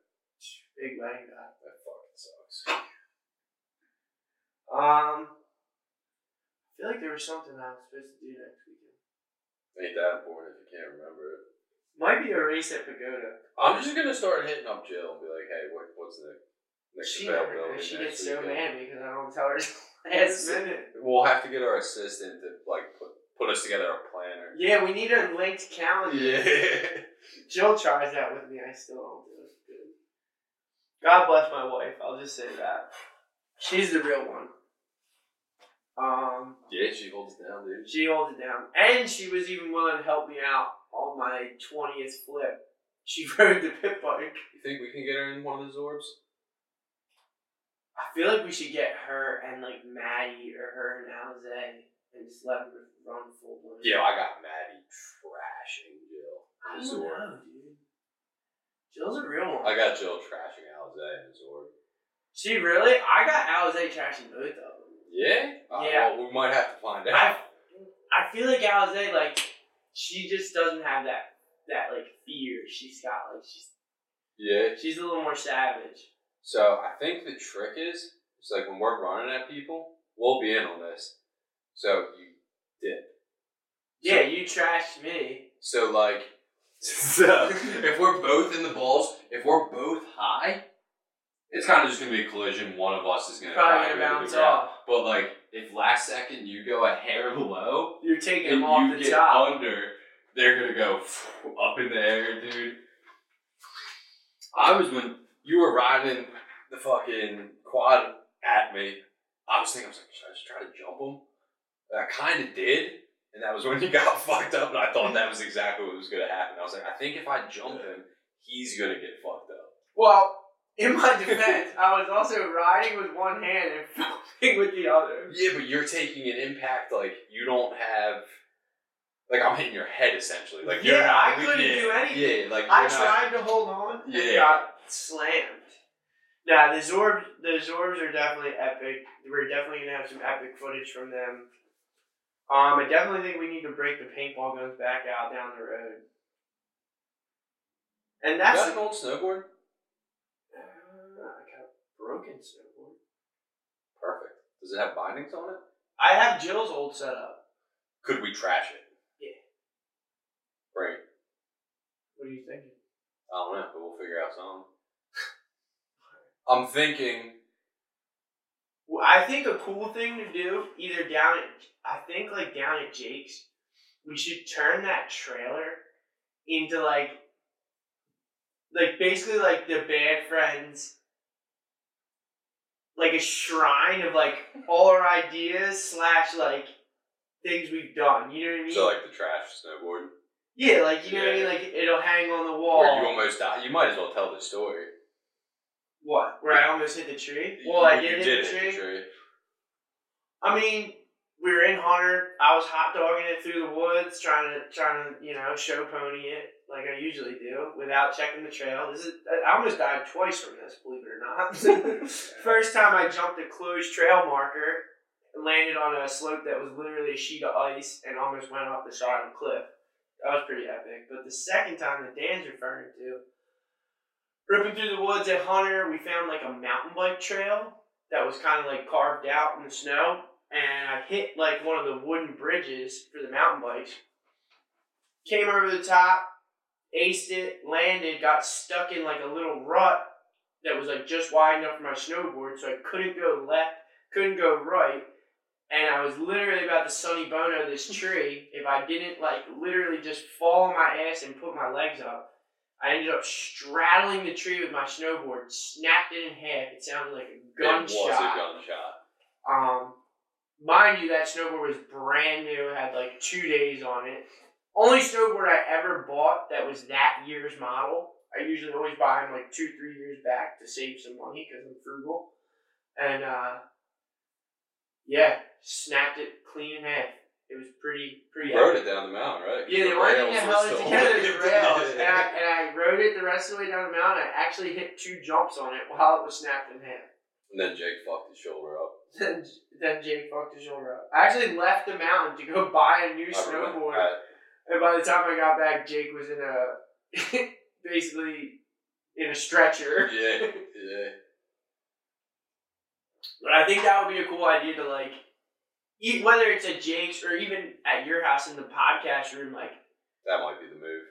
Big wedding guy.
That fucking sucks.
Um, I feel like there was something I was supposed to do next weekend.
Ain't that important if you can't remember it.
Might be a race at Pagoda.
I'm just gonna start hitting up Jill and be like, "Hey, what, what's the next
She,
availability?"
she gets
next
so mad
weekend?"
because I don't tell her <laughs> last minute.
We'll have to get our assistant to like put, put us together a planner.
Yeah, we need a linked calendar.
Yeah.
Jill tries that with me. I still don't do it. Good. God bless my wife. I'll just say that. She's the real one. Um,
<laughs> yeah, she holds it down, dude.
she holds it down, and she was even willing to help me out on my twentieth flip. She <laughs> rode the pit bike.
You think we can get her in one of those orbs?
I feel like we should get her and like Maddie or her and Alize and just let them run full blown.
Yeah, I got Maddie trashing Jill.
I
in
don't
the Zorb.
know, dude. Jill's a real one.
I got Jill trashing Alize and Zorb.
She really? I got Alize trashing both of them.
Yeah. Uh,
Yeah.
Well, we might have to find out.
I- I feel like Alize, like, she just doesn't have that that like fear she's got. Like she's
yeah.
she's a little more savage.
So I think the trick is, it's like when we're running at people, we'll be in on this. So you dip.
Yeah, you trashed me.
So like, <laughs> so if we're both in the balls, if we're both high, it's kind of just gonna be a collision. One of us is gonna
Probably gonna
die and go to the
bounce
ground.
off.
But like, if last second you go a hair low
You're taking
and
them off
you
the
get
top.
under, they're gonna go <laughs> up in the air, dude. I was when you were riding the fucking quad at me. I was thinking, I was like, should I just try to jump him? And I kind of did, and that was when you <laughs> got fucked up. And I thought that was exactly what was gonna happen. I was like, I think if I jump him, he's gonna get fucked up.
Well, in my <laughs> defense, I was also riding with one hand and <laughs> filming with the other.
Yeah, but you're taking an impact like you don't have. Like I'm hitting your head essentially. Like you're
Yeah,
not,
I couldn't
yeah,
do anything.
Yeah, like
I
you're not-
tried to hold on and
Yeah.
got slammed. Now the Zorbs, the Zorbs are definitely epic. We're definitely gonna have some epic footage from them. Um, I definitely think we need to break the paintball guns back out down the road. And that's
an old snowboard.
Uh, <sighs> I got a broken snowboard.
Perfect. Does it have bindings on it?
I have Jill's old setup.
Could we trash it?
Yeah.
Right.
What are you thinking?
I don't know, but we'll figure out something. <laughs> I'm thinking.
Well, I think a cool thing to do, either down at, I think like down at Jake's, we should turn that trailer into like, like basically like the bad friends, like a shrine of like all our ideas slash like things we've done. You know what I mean?
So like the trash snowboard.
yeah, like you know what I mean.
Yeah.
Like it'll hang on the wall.
Where you almost died. You might as well tell the story.
What? Where I almost hit the tree? Well,
You-
I
you
did hit the tree.
tree.
I mean, we were in Hunter. I was hot dogging it through the woods, trying to trying to you know show pony it like I usually do without checking the trail. This is I almost died twice from this, believe it or not. <laughs> First time I jumped a closed trail marker, and landed on a slope that was literally a sheet of ice, and almost went off the side of the cliff. That was pretty epic. But the second time that Dan's referring to, ripping through the woods at Hunter, we found like a mountain bike trail that was kind of like carved out in the snow. And I hit like one of the wooden bridges for the mountain bikes. Came over the top, aced it, landed, got stuck in like a little rut that was like just wide enough for my snowboard, so I couldn't go left, couldn't go right. And I was literally about to Sonny Bono
<laughs>
this tree if I didn't like literally just fall on my ass and put my legs up. I ended up straddling the tree with my snowboard, snapped it in half. It sounded like a gunshot.
It was a gunshot.
Um, mind you, that snowboard was brand new, had like two days on it. Only snowboard I ever bought that was that year's model. I usually always buy them like two, three years back to save some money because I'm frugal. And uh, yeah, snapped it clean in half. It was pretty, pretty.
You rode it down the mountain, right?
Yeah, the only thing that held it together is
<laughs>
the rails. And I, and I rode it the rest of the way down the mountain. I actually hit two jumps on it while it was snapped in half.
And then Jake fucked his shoulder up.
Then, then Jake fucked his shoulder up. I actually left the mountain to go <laughs> buy a new
I remember
snowboard.
that.
And by the time I got back, Jake was in a <laughs> basically in a stretcher.
Yeah, yeah.
But I think that would be a cool idea to like, e- whether it's at Jake's or even at your house in the podcast room, like
That might be the move. <laughs>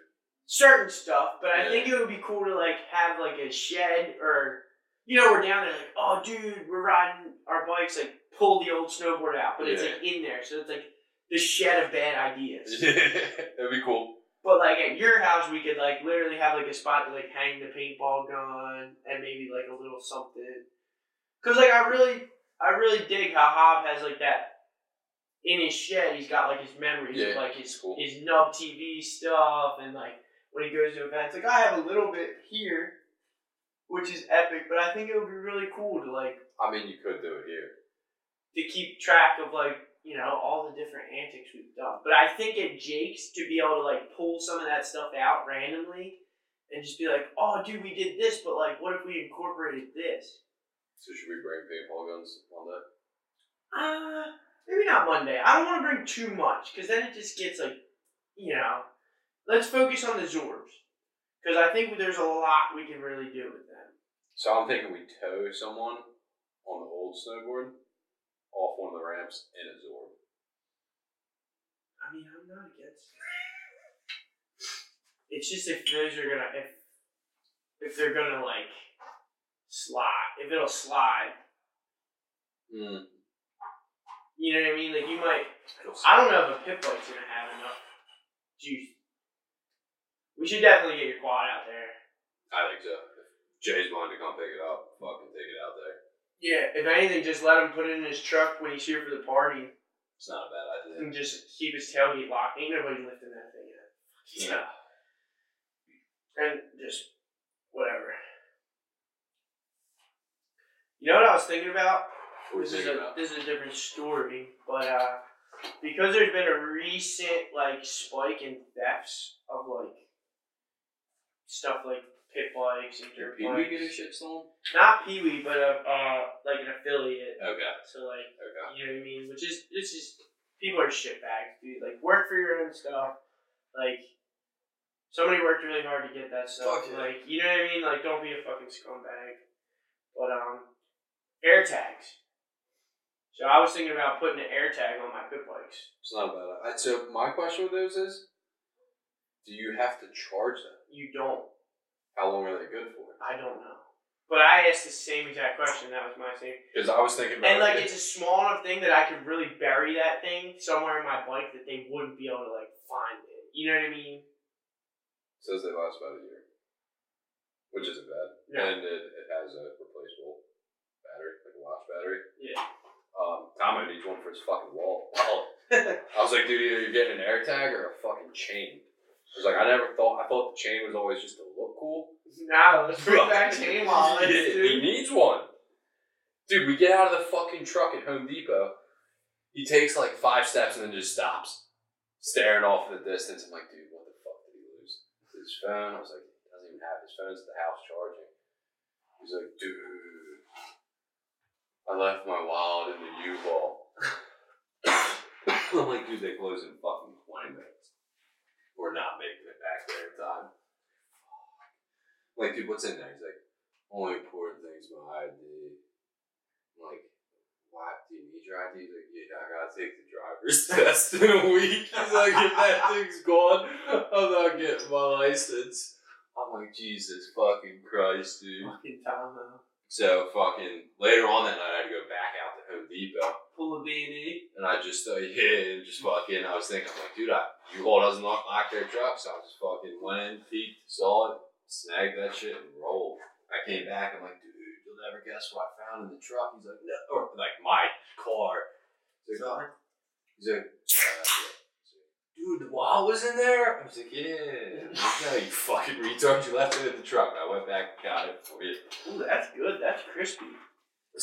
certain stuff. But I
Yeah.
think it would be cool to like have like a shed or you know we're down there like oh dude we're riding our bikes like pull the old snowboard out, but it's
Yeah.
like in there, so it's like the shed of bad ideas.
That'd be cool.
But like at your house, we could like literally have like a spot to like hang the paintball gun and maybe like a little something. Cause like I really, I really dig how Hob has like that in his shed. He's got like his memories of
Yeah,
like his
cool.
his nub TV stuff and like when he goes to events. Like I have a little bit here, which is epic. But I think it would be really cool to like
I mean, you could do it here.
to keep track of like you know all the different antics we've done. But I think at Jake's to be able to like pull some of that stuff out randomly and just be like, oh, dude, we did this, but like, what if we incorporated this?
So should we bring paintball guns on that?
Uh, maybe not Monday. I don't want to bring too much because then it just gets like, you know, let's focus on the Zorbs because I think there's a lot we can really do with them.
So I'm thinking we tow someone on the old snowboard off one of the ramps in a Zorb.
I mean, I'm not against. It. It's just if those are gonna if if they're gonna like Hmm. slide if it'll slide. You know what I mean? Like you might. I don't know if a pit bike's gonna have enough juice. We should definitely get your quad out there.
I think so. If Jay's wanting to come pick it up. Fucking take it out there.
Yeah. If anything, just let him put it in his truck when he's here for the party,
It's not a bad idea.
and just keep his tailgate locked. Ain't nobody lifting that thing up. <laughs> and just whatever. You know what I was thinking about?
What are you
this is a
thinking about?
this is a different story, but uh, because there's been a recent like spike in thefts of like stuff like pit bikes and dirt
Did we get a
bikes.
shit stolen?
Not Pee Wee, but uh, uh, like an affiliate.
Okay.
So like
Okay.
you know what I mean? Which is this is people are shitbags, dude. Like work for your own stuff. Like somebody worked really hard to get that stuff.
Fuck yeah.
Like you know what I mean? Like don't be a fucking scumbag. But um, air tags. So I was thinking about putting an air tag on my pit bikes.
It's not a bad idea. So my question with those is, do you have to charge them?
You don't.
How long are they good for?
I don't know. But I asked the same exact question. That was my same.
Because I was thinking about
And like
it-
it's a small enough thing that I could really bury that thing somewhere in my bike that they wouldn't be able to like find it. You know what I mean?
says they last about a year, which isn't bad.
No.
And it, it has a replaceable battery, like a watch battery.
Yeah.
Um, Tomo needs one for his fucking wall. <laughs> I was like, dude, either you're getting an air tag or a fucking chain. I was like, I never thought. I thought the chain was always just to look cool.
No, let's bring back chain
<laughs>
wallets,
Yeah, He
dude.
needs one. Dude, we get out of the fucking truck at Home Depot. He takes like five steps and then just stops, staring off in the distance. I'm like, dude, what the fuck did he lose? His phone. I was like, he doesn't even have his phone's at the house charging. He's like, dude, I left my wallet in the U-Haul. <laughs> I'm like, dude, they close in fucking 20 minutes. We're not making it back there in time. Like, dude, what's in there? He's like, only important thing's my ID. I'm like, why do you need your ID? He's like, yeah, I gotta take the driver's <laughs> test in a week. He's like, if that thing's gone, I'm not getting my license. I'm like, Jesus fucking Christ, dude.
Fucking Tomo.
So fucking later on that night, I had to go back out to Home Depot.
Pull a B&E.
And I just, uh, <laughs> yeah, and just fucking, I was thinking, I'm like, dude, I, U-Haul doesn't lock, lock their trucks. So I just fucking went in, peeked, saw it, snagged that shit, and rolled. I came back, I'm like, dude, you'll never guess what I found in the truck. He's like, no, <laughs> or like my car. He's like, "Oh." He's like, uh, dude, the wallet was in there? I was like, yeah. He's like, no, you fucking retard, you left it in the truck. And I went back and got it for you.
Ooh, that's good. That's crispy.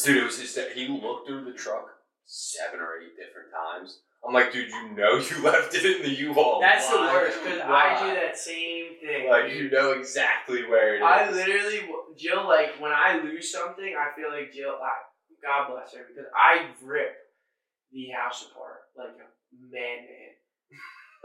Dude, it was just that he looked through the truck seven or eight different times. I'm like, dude, you know you <laughs> left it in the U-Haul.
That's the
Oh, Why?
worst because I
Why?
do that same thing.
Like,
dude.
you know exactly where it is.
I literally, Jill, like, when I lose something, I feel like Jill, I, God bless her, because I rip the house apart like a madman.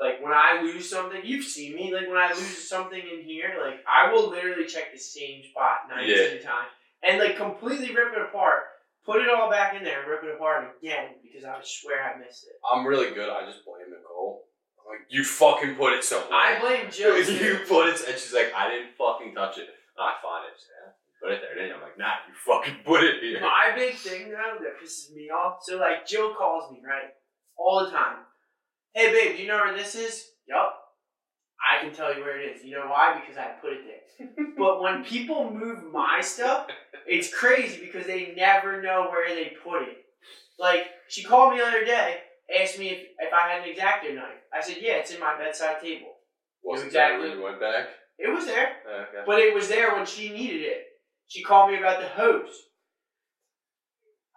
like, when I lose something, you've seen me, like, when I lose something in here, like, I will literally check the same spot 19 times and, like, completely rip it apart, put it all back in there, and rip it apart again because I swear I missed it.
I'm really good. I just blame Nicole. I'm like, you fucking put it somewhere.
I blame Jill.
<laughs> you
dude.
put it, and she's like, I didn't fucking touch it. I find it. She's like, Put it there, didn't you? I'm like, nah, you fucking <laughs> put
<laughs>
it here.
My big thing though that pisses me off. So like Jill calls me right all the time. Hey babe, do you know where this is? Yup. I can tell you where it is. You know why? Because I put it there. but when people move my stuff, it's crazy because they never know where they put it. Like she called me the other day, asked me if, if I had an exacto knife. I said, yeah, it's in my bedside table.
Wasn't
Exactly.
that when you went back?
It was there.
Okay.
But it was there when she needed it. She called me about the hose.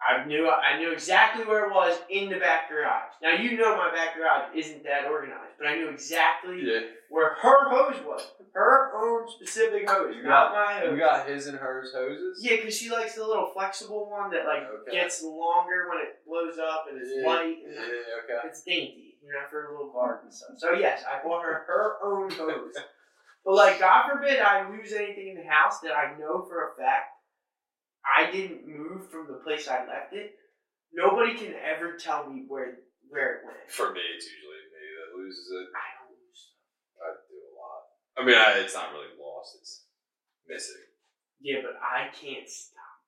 I knew I knew exactly where it was in the back garage. Now you know my back garage isn't that organized, but I knew exactly
Yeah.
where her hose was. Her own specific hose,
You
not
got-
my
You
hose.
got his and hers hoses?
Yeah, because she likes the little flexible one that like
Okay.
gets longer when it blows up and is
Yeah.
light.
Yeah, okay.
It's dainty, you know, for her little garden and stuff. So yes, I bought her her own hose. but like, God forbid I lose anything in the house that I know for a fact I didn't move from the place I left it. Nobody can ever tell me where where it went.
For me, it's usually me that loses it.
I don't lose.
I do a lot. I mean, I, it's not really lost; it's missing.
Yeah, but I can't stop.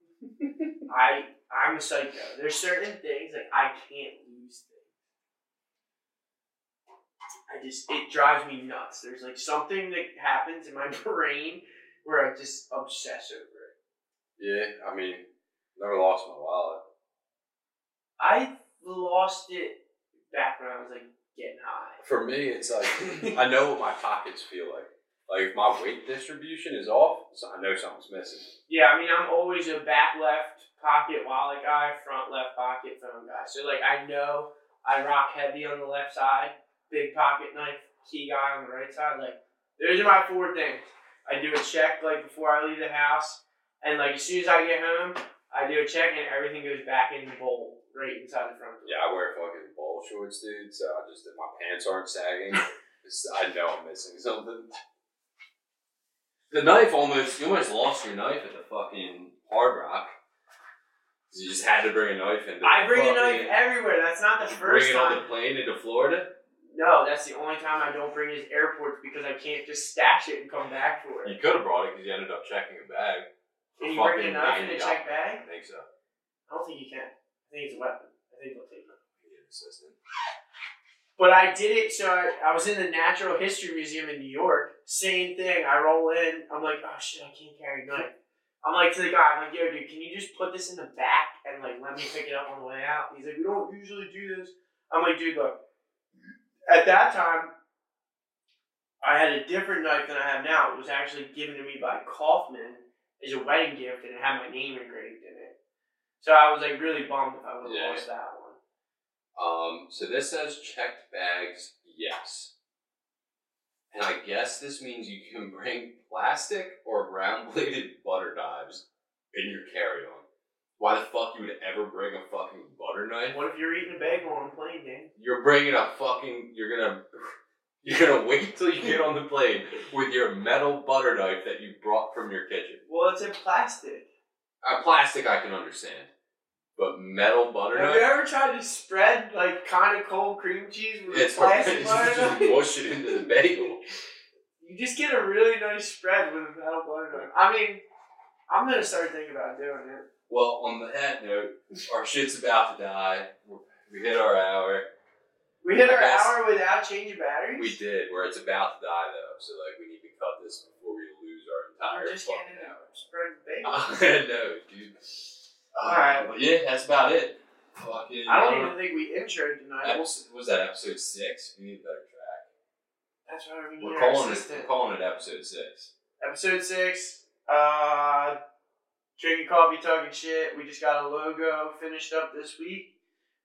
I I'm a psycho. There's certain things like I can't lose. I just it drives me nuts. There's like something that happens in my <laughs> brain where I just obsess over it.
Yeah, I mean, never lost my wallet.
I lost it back when I was like getting high.
For me, it's <laughs> like I know what my pockets feel like. Like if my weight distribution is off, so I know something's missing.
Yeah, I mean I'm always a back left pocket wallet guy, front left pocket phone guy. So like I know I rock heavy on the left side, big pocket knife key guy on the right side. Like those are my four things. I do a check like before I leave the house, and like as soon as I get home, I do a check and everything goes back in the bowl right inside the front door.
Yeah, I wear fucking ball shorts, dude. So I just my pants aren't <laughs> sagging. It's- I know I'm missing something. The knife almost you almost lost your knife at the fucking Hard Rock. 'Cause You just had to bring a knife into.
I
the
bring a knife
fucking-
everywhere. That's not the first
bring it on
time.
the plane into Florida.
No, that's the only time I don't bring it is airports because I can't just stash it and come back for it.
You could have brought it because you ended up checking a bag.
Can you bring a
Fucking
knife in a
$90.
check bag?
I think so.
I don't think you can. I think it's a weapon. I think they'll take it.
You get an assistant.
But I did it, so I, I was in the Natural History Museum in New York. Same thing. I roll in. I'm like, oh shit, I can't carry a knife. I'm like to the guy, I'm like, yo, dude, can you just put this in the back and like let me pick it up on the way out? He's like, we don't usually do this. I'm like, dude, look. At that time, I had a different knife than I have now. It was actually given to me by Kaufman as a wedding gift, and it had my name engraved in it. So I was like really bummed if I would have
Yeah.
lost that one.
Um, so this says checked bags, yes. And I guess this means you can bring plastic or round bladed <laughs> butter knives in your carry on. Why the fuck you would ever bring a fucking butter knife?
What if you're eating a bagel on a plane, Dan?
You're bringing a fucking. You're gonna. <laughs> You're gonna wait till you get on the plane with your metal butter knife that you brought from your kitchen.
Well, it's in plastic.
Uh, plastic, I can understand, but metal butter
Have
knife.
you ever tried to spread like kind of cold cream cheese with
It's
a
<laughs>
plastic <laughs>
horrendous.
butter
You
knife?
just mush it into the bagel.
You just get a really nice spread with a metal butter knife. I mean, I'm gonna start thinking about doing it.
Well, on that note, our shit's about to die. We hit our hour.
We hit
I
our
guess-
hour without changing batteries.
We did, where it's about to die though, so like we need to cut this before we lose our Uh,
We're
entire
just
fucking
getting
hour. <laughs>
spread the bagel.
I know, dude. Uh,
Alright.
but yeah, that's about it. Fucking.
I don't even think we introed tonight.
Episode, was that episode six? We need a better track.
That's why we need
We're
our
calling it.
assistant.
We're calling it episode six.
Episode six. Uh, drinking coffee, talking shit. We just got a logo finished up this week.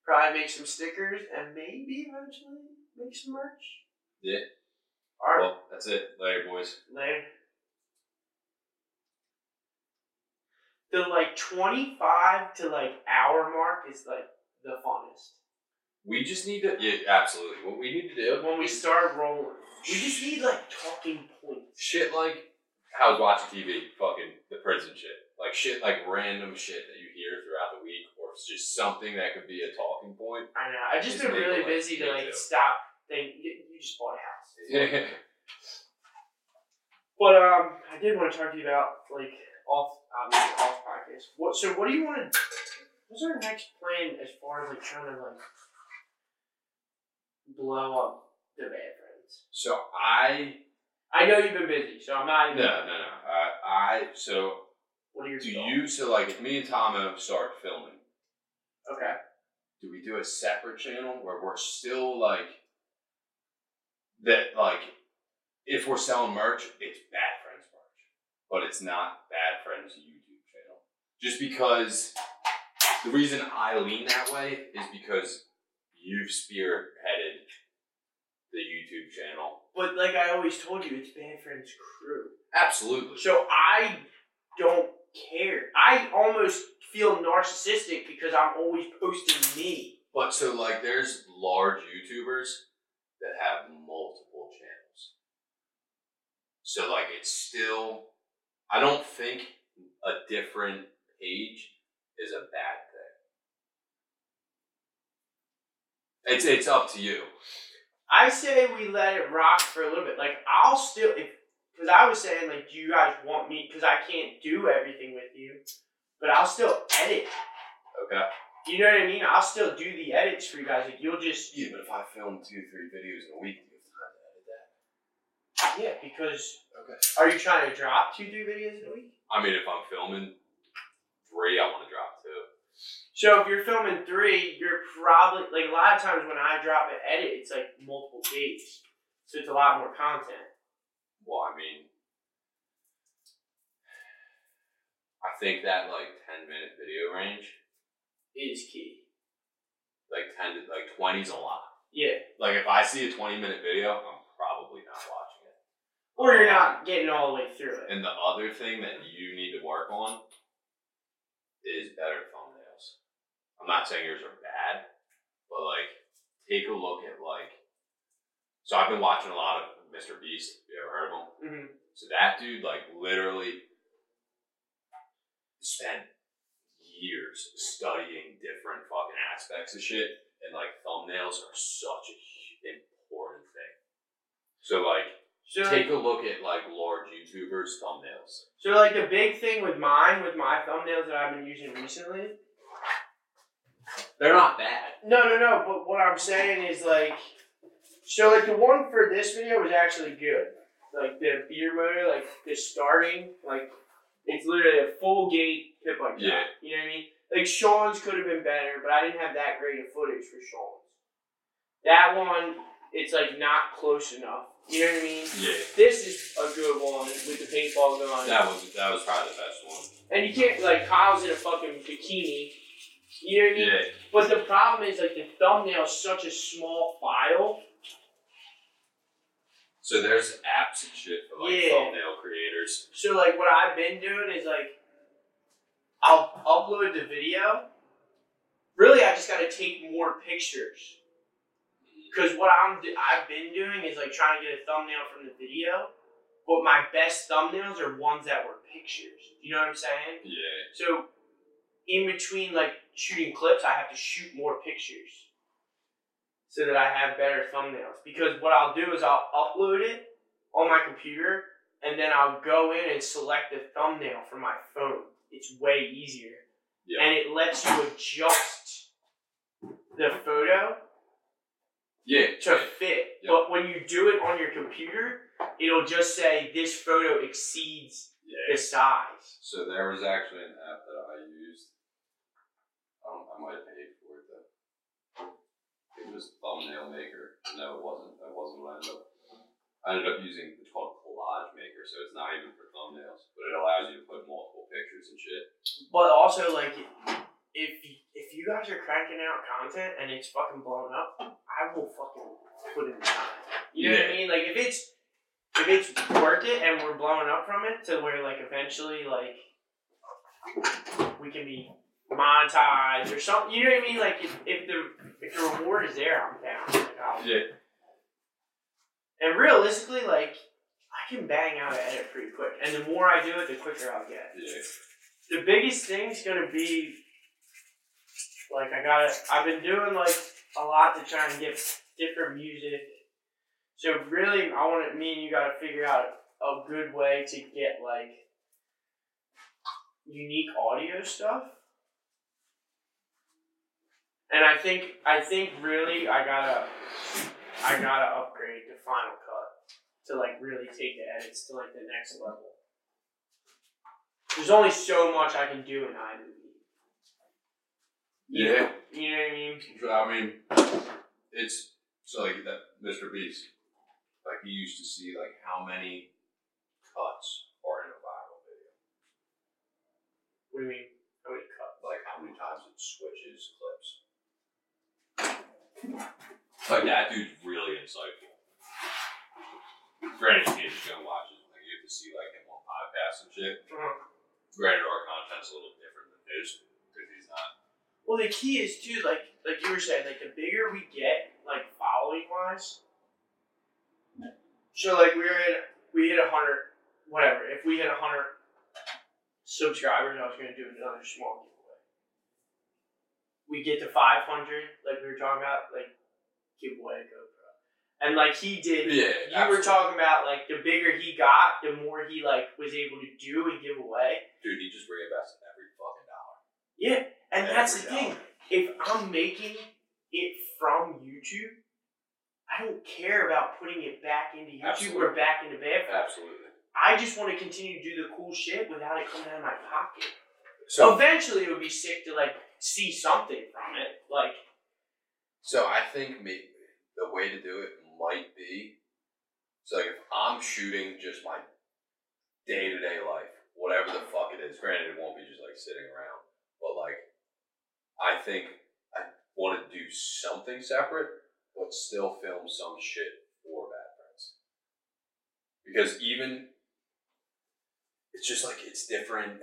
Probably make some stickers and maybe eventually make some merch.
Yeah.
All right.
Well, that's it. Later, boys.
later. The like twenty five to like hour mark is like the funnest.
We just need to. Yeah, absolutely. What we need to do
When we
is-
start rolling, we just need like talking points.
shit like I was watching TV, fucking the prison shit, like shit like random shit that you hear throughout the week, or it's just something that could be a talking point. <laughs>
I know. I've just
Just
been
make
really
it, like,
busy to
me
like
too.
stop. Think you you just bought a house.
yeah,
But um, I did want to talk to you about like off obviously off podcast. What so what do you want to? What's our next plan as far as like trying to like blow up the bad friends?
so I
I know you've been busy, so I'm not
no
even.
no no uh, I so
What are your
do
thoughts?
you so like if me and Tomo start filming,
Okay.
do we do a separate channel where we're still like that like if we're selling merch, it's bad friends merch. But it's not bad friends YouTube channel. Just because the reason I lean that way is because you've spearheaded the YouTube channel.
But like I always told you, it's bad friends crew.
Absolutely.
So I don't care. I almost feel narcissistic because I'm always posting me.
But so like there's large YouTubers that have multiple channels. So like it's still I don't think a different page is a bad thing. It's it's up to you.
I say we let it rock for a little bit. Like I'll still, if because I was saying like, do you guys want me? Because I can't do everything with you, but I'll still edit.
Okay.
You know what I mean? I'll still do the edits for you guys. Like you'll just
Yeah, but if I film two, three videos in a week, you have time
because
Okay.
are you trying to drop two, three videos in a week?
I mean, if I'm filming three, I want to drop two.
So if you're filming three, you're probably like a lot of times when I drop an edit, it's like multiple days, so it's a lot more content.
Well, I mean, I think that like ten minute video range,
It is key.
like ten to like twenty is a lot.
Yeah.
Like if I see a twenty minute video, I'm probably not watching it.
Or you're not getting all the way through it.
And the other thing that you need to work on is better thumbnails. I'm not saying yours are bad, but like take a look at like. So I've been watching a lot of Mr. Beast. Have you ever heard of him?
hmm
So that dude like literally spent years studying different fucking aspects of shit, and like thumbnails are such a hu- important thing. So like,
So
take a look at like large YouTubers' thumbnails.
So like the big thing with mine, with my thumbnails that I've been using recently.
They're not bad.
No, no, no. But what I'm saying is like, so like the one for this video was actually good. Like the beer motor, like the starting, like it's literally a full gate pit like that.
Yeah.
You know what I mean? Like Sean's could have been better, but I didn't have that great of footage for Sean's. That one, it's like not close enough. You know what I mean?
Yeah,
This is a good one with the paintball gun.
that was that was probably the best one.
And you can't like Kyle's in a fucking bikini. You know what I mean?
Yeah,
But the problem is like the thumbnail is such a small file.
so there's apps and shit for like
Yeah.
thumbnail creators.
So like what I've been doing is like I'll upload the video. Really, I just gotta take more pictures. Cause what I'm do- I've been doing is like trying to get a thumbnail from the video, but my best thumbnails are ones that were pictures. You know what I'm saying?
Yeah,
So, in between like shooting clips, I have to shoot more pictures so that I have better thumbnails. Because what I'll do is I'll upload it on my computer and then I'll go in and select the thumbnail from my phone. It's way easier.
Yeah.
And it lets you adjust the photo
yeah,
to fit.
Yeah.
But when you do it on your computer, it'll just say this photo exceeds
yeah.
this size.
So there was actually an app that I used. I don't. I might have paid for it though. It was Thumbnail Maker. No, it wasn't. That wasn't what I ended up. I ended up using it's called Collage Maker, so it's not even for thumbnails, but it allows you to put multiple pictures and shit.
But also, like, if if you guys are cranking out content and it's fucking blown up, I will fucking put in the time. You know what I
Yeah.
mean? Like, if it's if it's worth it and we're blowing up from it to where like eventually like we can be monetized or something. You know what I mean? Like, if, if the if the reward is there, I'm down. Like, I'll,
Yeah.
and realistically, like, I can bang out an edit pretty quick, and the more I do it, the quicker I'll get
Yeah.
the biggest thing's gonna be like I gotta I've been doing like a lot to try and get different music. So really I wanna me and you gotta figure out a good way to get like unique audio stuff. And I think I think really I gotta I gotta upgrade the final cut to like really take the edits to like the next level. There's only so much I can do in iMovie.
Yeah.
You know what I mean?
So, I mean, it's so like that Mr. Beast. Like you used to see like how many cuts are in a viral video.
What do you mean? How many cuts?
like how many times it switches clips. Like that dude's really insightful. Granted, you can't just go and watch it. Like you have to see like him on podcasts and shit.
Uh-huh.
Granted, our content's a little different than his because he's not.
Well, the key is too, like like you were saying, like the bigger we get, like following wise. So like we were at we hit a hundred, whatever. If we hit a hundred subscribers, I was gonna do another small giveaway. We get to five hundred, like we were talking about, like giveaway a GoPro, and like he did.
Yeah,
You were talking about like the bigger he got, the more he like was able to do and give away.
Dude, he just reinvested every fucking dollar.
Yeah, and that's the
Every
thing. If I'm making it from YouTube, I don't care about putting it back into YouTube or
Absolutely.
back into Bamford.
Absolutely.
I just want to continue to do the cool shit without it coming out of my pocket.
So
Eventually, it would be sick to like see something from it. Like,
So I think maybe the way to do it might be so like if I'm shooting just my day to day life, whatever the fuck it is. Granted, it won't be just like sitting around, but like I think I want to do something separate, but still film some shit for Bad Friends because even it's just like it's different.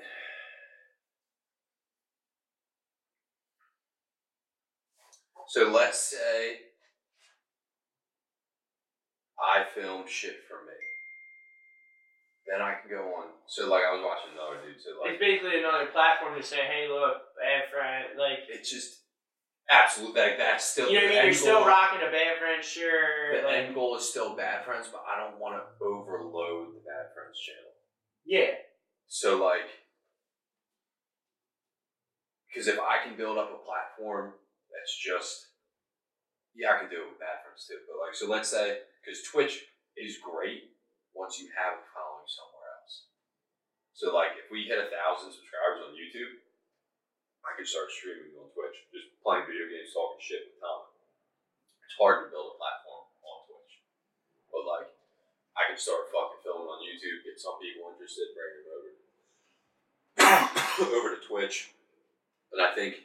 So let's say I film shit for me. Then I can go on. So like I was watching another dude. So like
it's basically another platform to say, hey, look, bad friend. Like,
it's just absolutely like that's still
you know what I mean?
the
You're
end
still
goal.
rocking a bad friend shirt.
The
Like,
end goal is still bad friends, but I don't want to overload the bad friends channel.
yeah,
So like, because if I can build up a platform that's just, yeah, I can do it with bad friends too. But like, so let's say because Twitch is great once you have a following somewhere else. So like, if we hit a thousand subscribers on YouTube, I could start streaming on Twitch, just playing video games, talking shit with Tom. It's hard to build a platform on Twitch, but like. I can start fucking filming on YouTube, get some people interested, bring them over <coughs> over to Twitch. And I think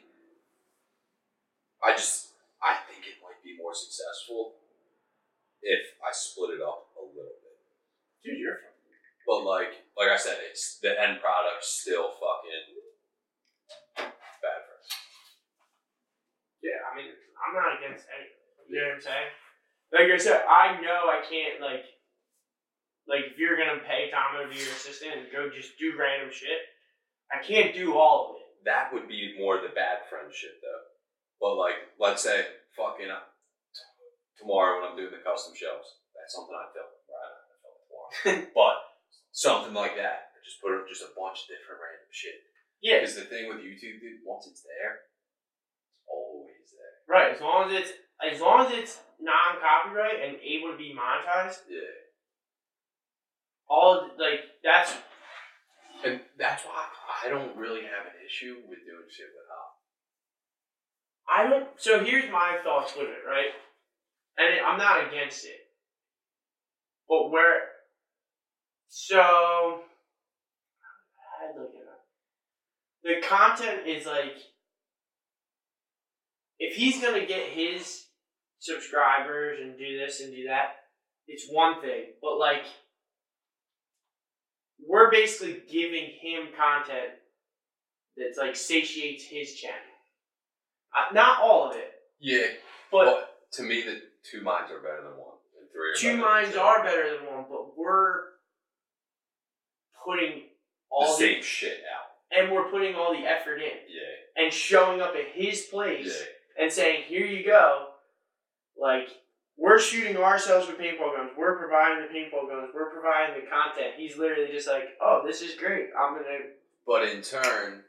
I just I think it might be more successful if I split it up a little bit.
dude, you're
But like like I said, it's the end product's still fucking bad for us.
Yeah, I mean, I'm not against any. You know what I'm saying? Like I said, I know I can't like, like if you're gonna pay Tom to be your assistant and go just do random shit, I can't do all of it.
That would be more the bad friendship though. But like let's say fucking uh, t- tomorrow when I'm doing the custom shelves, that's something I film. Right, I'm gonna film it
<laughs>
tomorrow. but something like that. Just put up just a bunch of different random shit.
Yeah,
Because the thing with YouTube, dude, once it's there, it's always there.
right. As long as it's as long as it's non-copyright and able to be monetized,
Yeah.
all like that's
And that's why I don't really have an issue with doing shit with Hop.
I don't. So here's my thoughts with it, right? And it, I'm not against it, but where? So I had to look it up. The content is like, if he's gonna get his subscribers and do this and do that, it's one thing. But like, we're basically giving him content that's like satiates his channel. Uh, not all of it,
Yeah. But,
but
to me, the two minds are better than one. And three are
two
better
minds
than
are better than one. But we're putting
the
all
same shit out.
and we're putting all the effort in
Yeah.
and showing up at his place
Yeah.
and saying, "Here you go." Like we're shooting ourselves with paintball guns. We're providing the paintball guns. We're providing the content. He's literally just like, "Oh, this is great. I'm gonna
But in turn,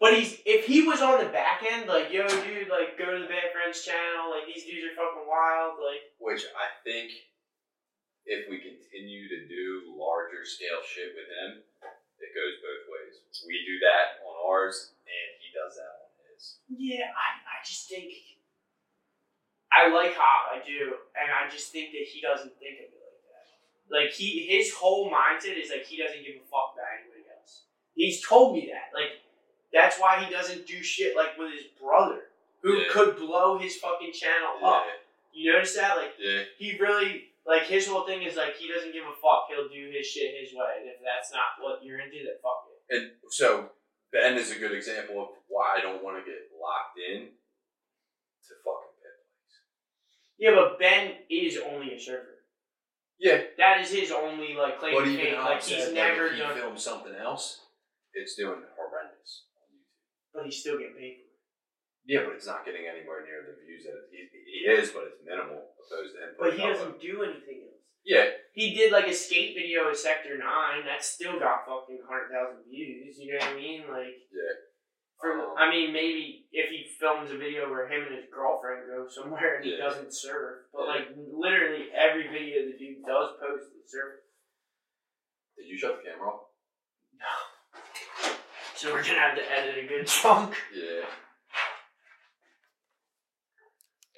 But he's if he was on the back end, like yo, dude, like go to the Bad Friends channel, like these dudes are fucking wild, like
which I think if we continue to do larger scale shit with him, it goes both ways. We do that on ours, and he does that on his.
yeah, I, I just think I like Hop, I do, and I just think that he doesn't think of it like that. Like he, his whole mindset is like he doesn't give a fuck about anybody else. He's told me that, like that's why he doesn't do shit like with his brother, who
Yeah.
could blow his fucking channel up.
Ah.
You notice that, like.
Yeah.
he really like his whole thing is like he doesn't give a fuck. He'll do his shit his way, and if that's not what you're into, then fuck it.
And so Ben is a good example of why I don't want to get locked in to fucking pit bikes.
Yeah, but Ben is only a surfer.
Yeah,
That is his only like claim
but
to
even
fame. Like he's never
if you
done,
film something else, it's doing horrendous.
but he's still getting paid.
Yeah, but it's not getting anywhere near the views that he, he is, but it's minimal opposed to him.
But he
putting up
doesn't
with-
do anything else.
Yeah,
He did like a skate video at Sector Nine. That still got fucking hundred thousand views. You know what I mean? Like
yeah.
From
Um,
I mean, maybe if he films a video where him and his girlfriend go somewhere and he
Yeah.
doesn't surf, but
Yeah.
like literally every video the dude does post is surf.
Did you shut the camera off?
So we're gonna have to edit a good chunk.
Yeah.